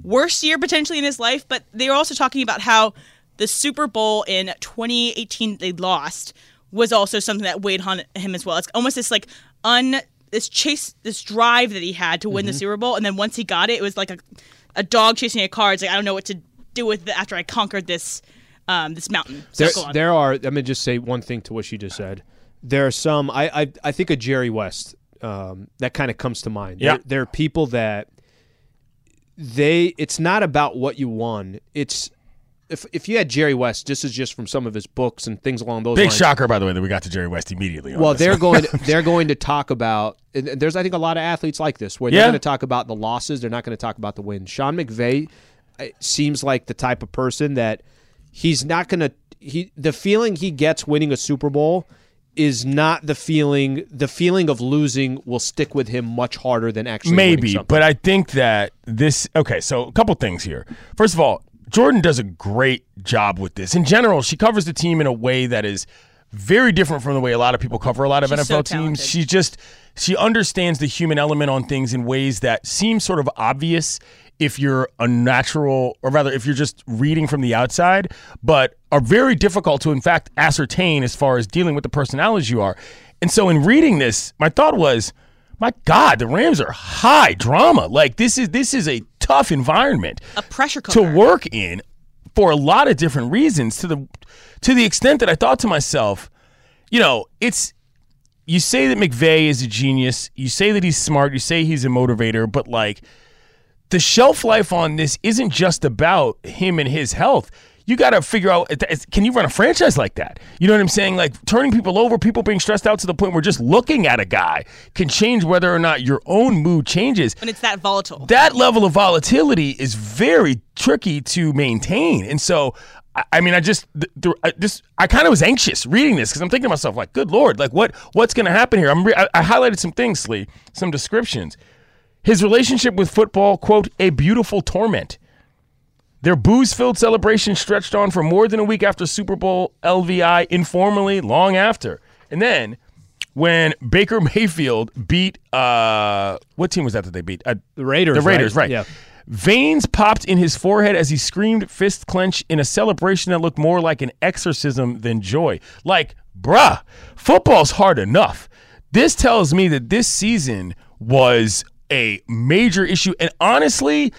S2: worst year potentially in his life. But they were also talking about how the Super Bowl in 2018 they lost was also something that weighed on him as well. It's almost this like un this chase this drive that he had to win the Super Bowl, and then once he got it, it was like a a dog chasing a car. It's like I don't know what to do with it after I conquered this um, this mountain. So
S1: There,
S2: go on.
S1: there are. Let me just say one thing to what she just said. There are some. I I, I think of Jerry West. Um, that kind of comes to mind.
S3: Yeah.
S1: There, there are people that they. It's not about what you won. It's if if you had Jerry West. This is just from some of his books and things along those.
S3: big
S1: lines.
S3: shocker by the way that we got to Jerry West immediately. on
S1: Well,
S3: this.
S1: they're going. They're going to talk about. And there's, I think, a lot of athletes like this where
S3: Yeah.
S1: they're going to talk about the losses. They're not going to talk about the wins. Sean McVay uh, seems like the type of person that he's not going to. He the feeling he gets winning a Super Bowl is not the feeling. The feeling of losing will stick with him much harder than actually winning
S3: maybe,
S1: something.
S3: but I think that this. Okay, so a couple things here. First of all, Jordan does a great job with this. In general, she covers the team in a way that is very different from the way a lot of people cover a lot of
S2: She's so
S3: NFL teams.
S2: talented.
S3: She just she understands the human element on things in ways that seem sort of obvious if you're a natural or rather if you're just reading from the outside, but are very difficult to in fact ascertain as far as dealing with the personalities you are. And so in reading this, my thought was, my God, the Rams are high drama. Like this is this is a tough environment
S2: a pressure
S3: to
S2: cooker.
S3: work in for a lot of different reasons to the to the extent that I thought to myself, you know, it's you say that McVay is a genius, you say that he's smart, you say he's a motivator, but like the shelf life on this isn't just about him and his health. You got to figure out it's- can you run a franchise like that? You know what I'm saying? Like turning people over, people being stressed out to the point where just looking at a guy can change whether or not your own mood changes
S2: when it's that volatile.
S3: that level of volatility is very tricky to maintain. And so, I, I mean, I just th- th- I, this I kind of was anxious reading this because I'm thinking to myself, like, good lord, like what what's going to happen here? I'm re- I, I highlighted some things, Slee, some descriptions. His relationship with football, quote, a beautiful torment. Their booze filled celebration stretched on for more than a week after Super Bowl LVI, informally, long after. And then when Baker Mayfield beat, uh, what team was that that they beat? Uh,
S1: the Raiders.
S3: the Raiders, right.
S1: Yeah.
S3: Veins popped in his forehead as he screamed, fist clenched, in a celebration that looked more like an exorcism than joy. Like, bruh, football's hard enough. This tells me that this season was a major issue. And honestly,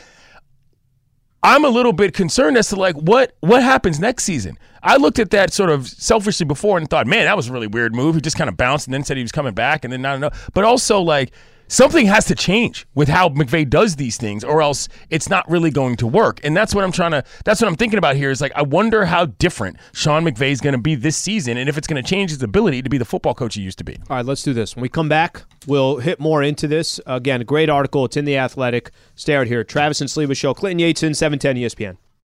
S3: I'm a little bit concerned as to like what what happens next season. I looked at that sort of selfishly before and thought, man, that was a really weird move. He just kind of bounced and then said he was coming back and then not enough. But also like something has to change with how McVay does these things, or else it's not really going to work. And that's what I'm trying to that's what I'm thinking about here is like I wonder how different Sean McVay is going to be this season and if it's going to change his ability to be the football coach he used to be.
S1: All right, let's do this. When we come back, we'll hit more into this. Again, a great article. It's in E The Athletic. Stay out here. Travis and Sleva Show, Clinton Yates in 710 ESPN.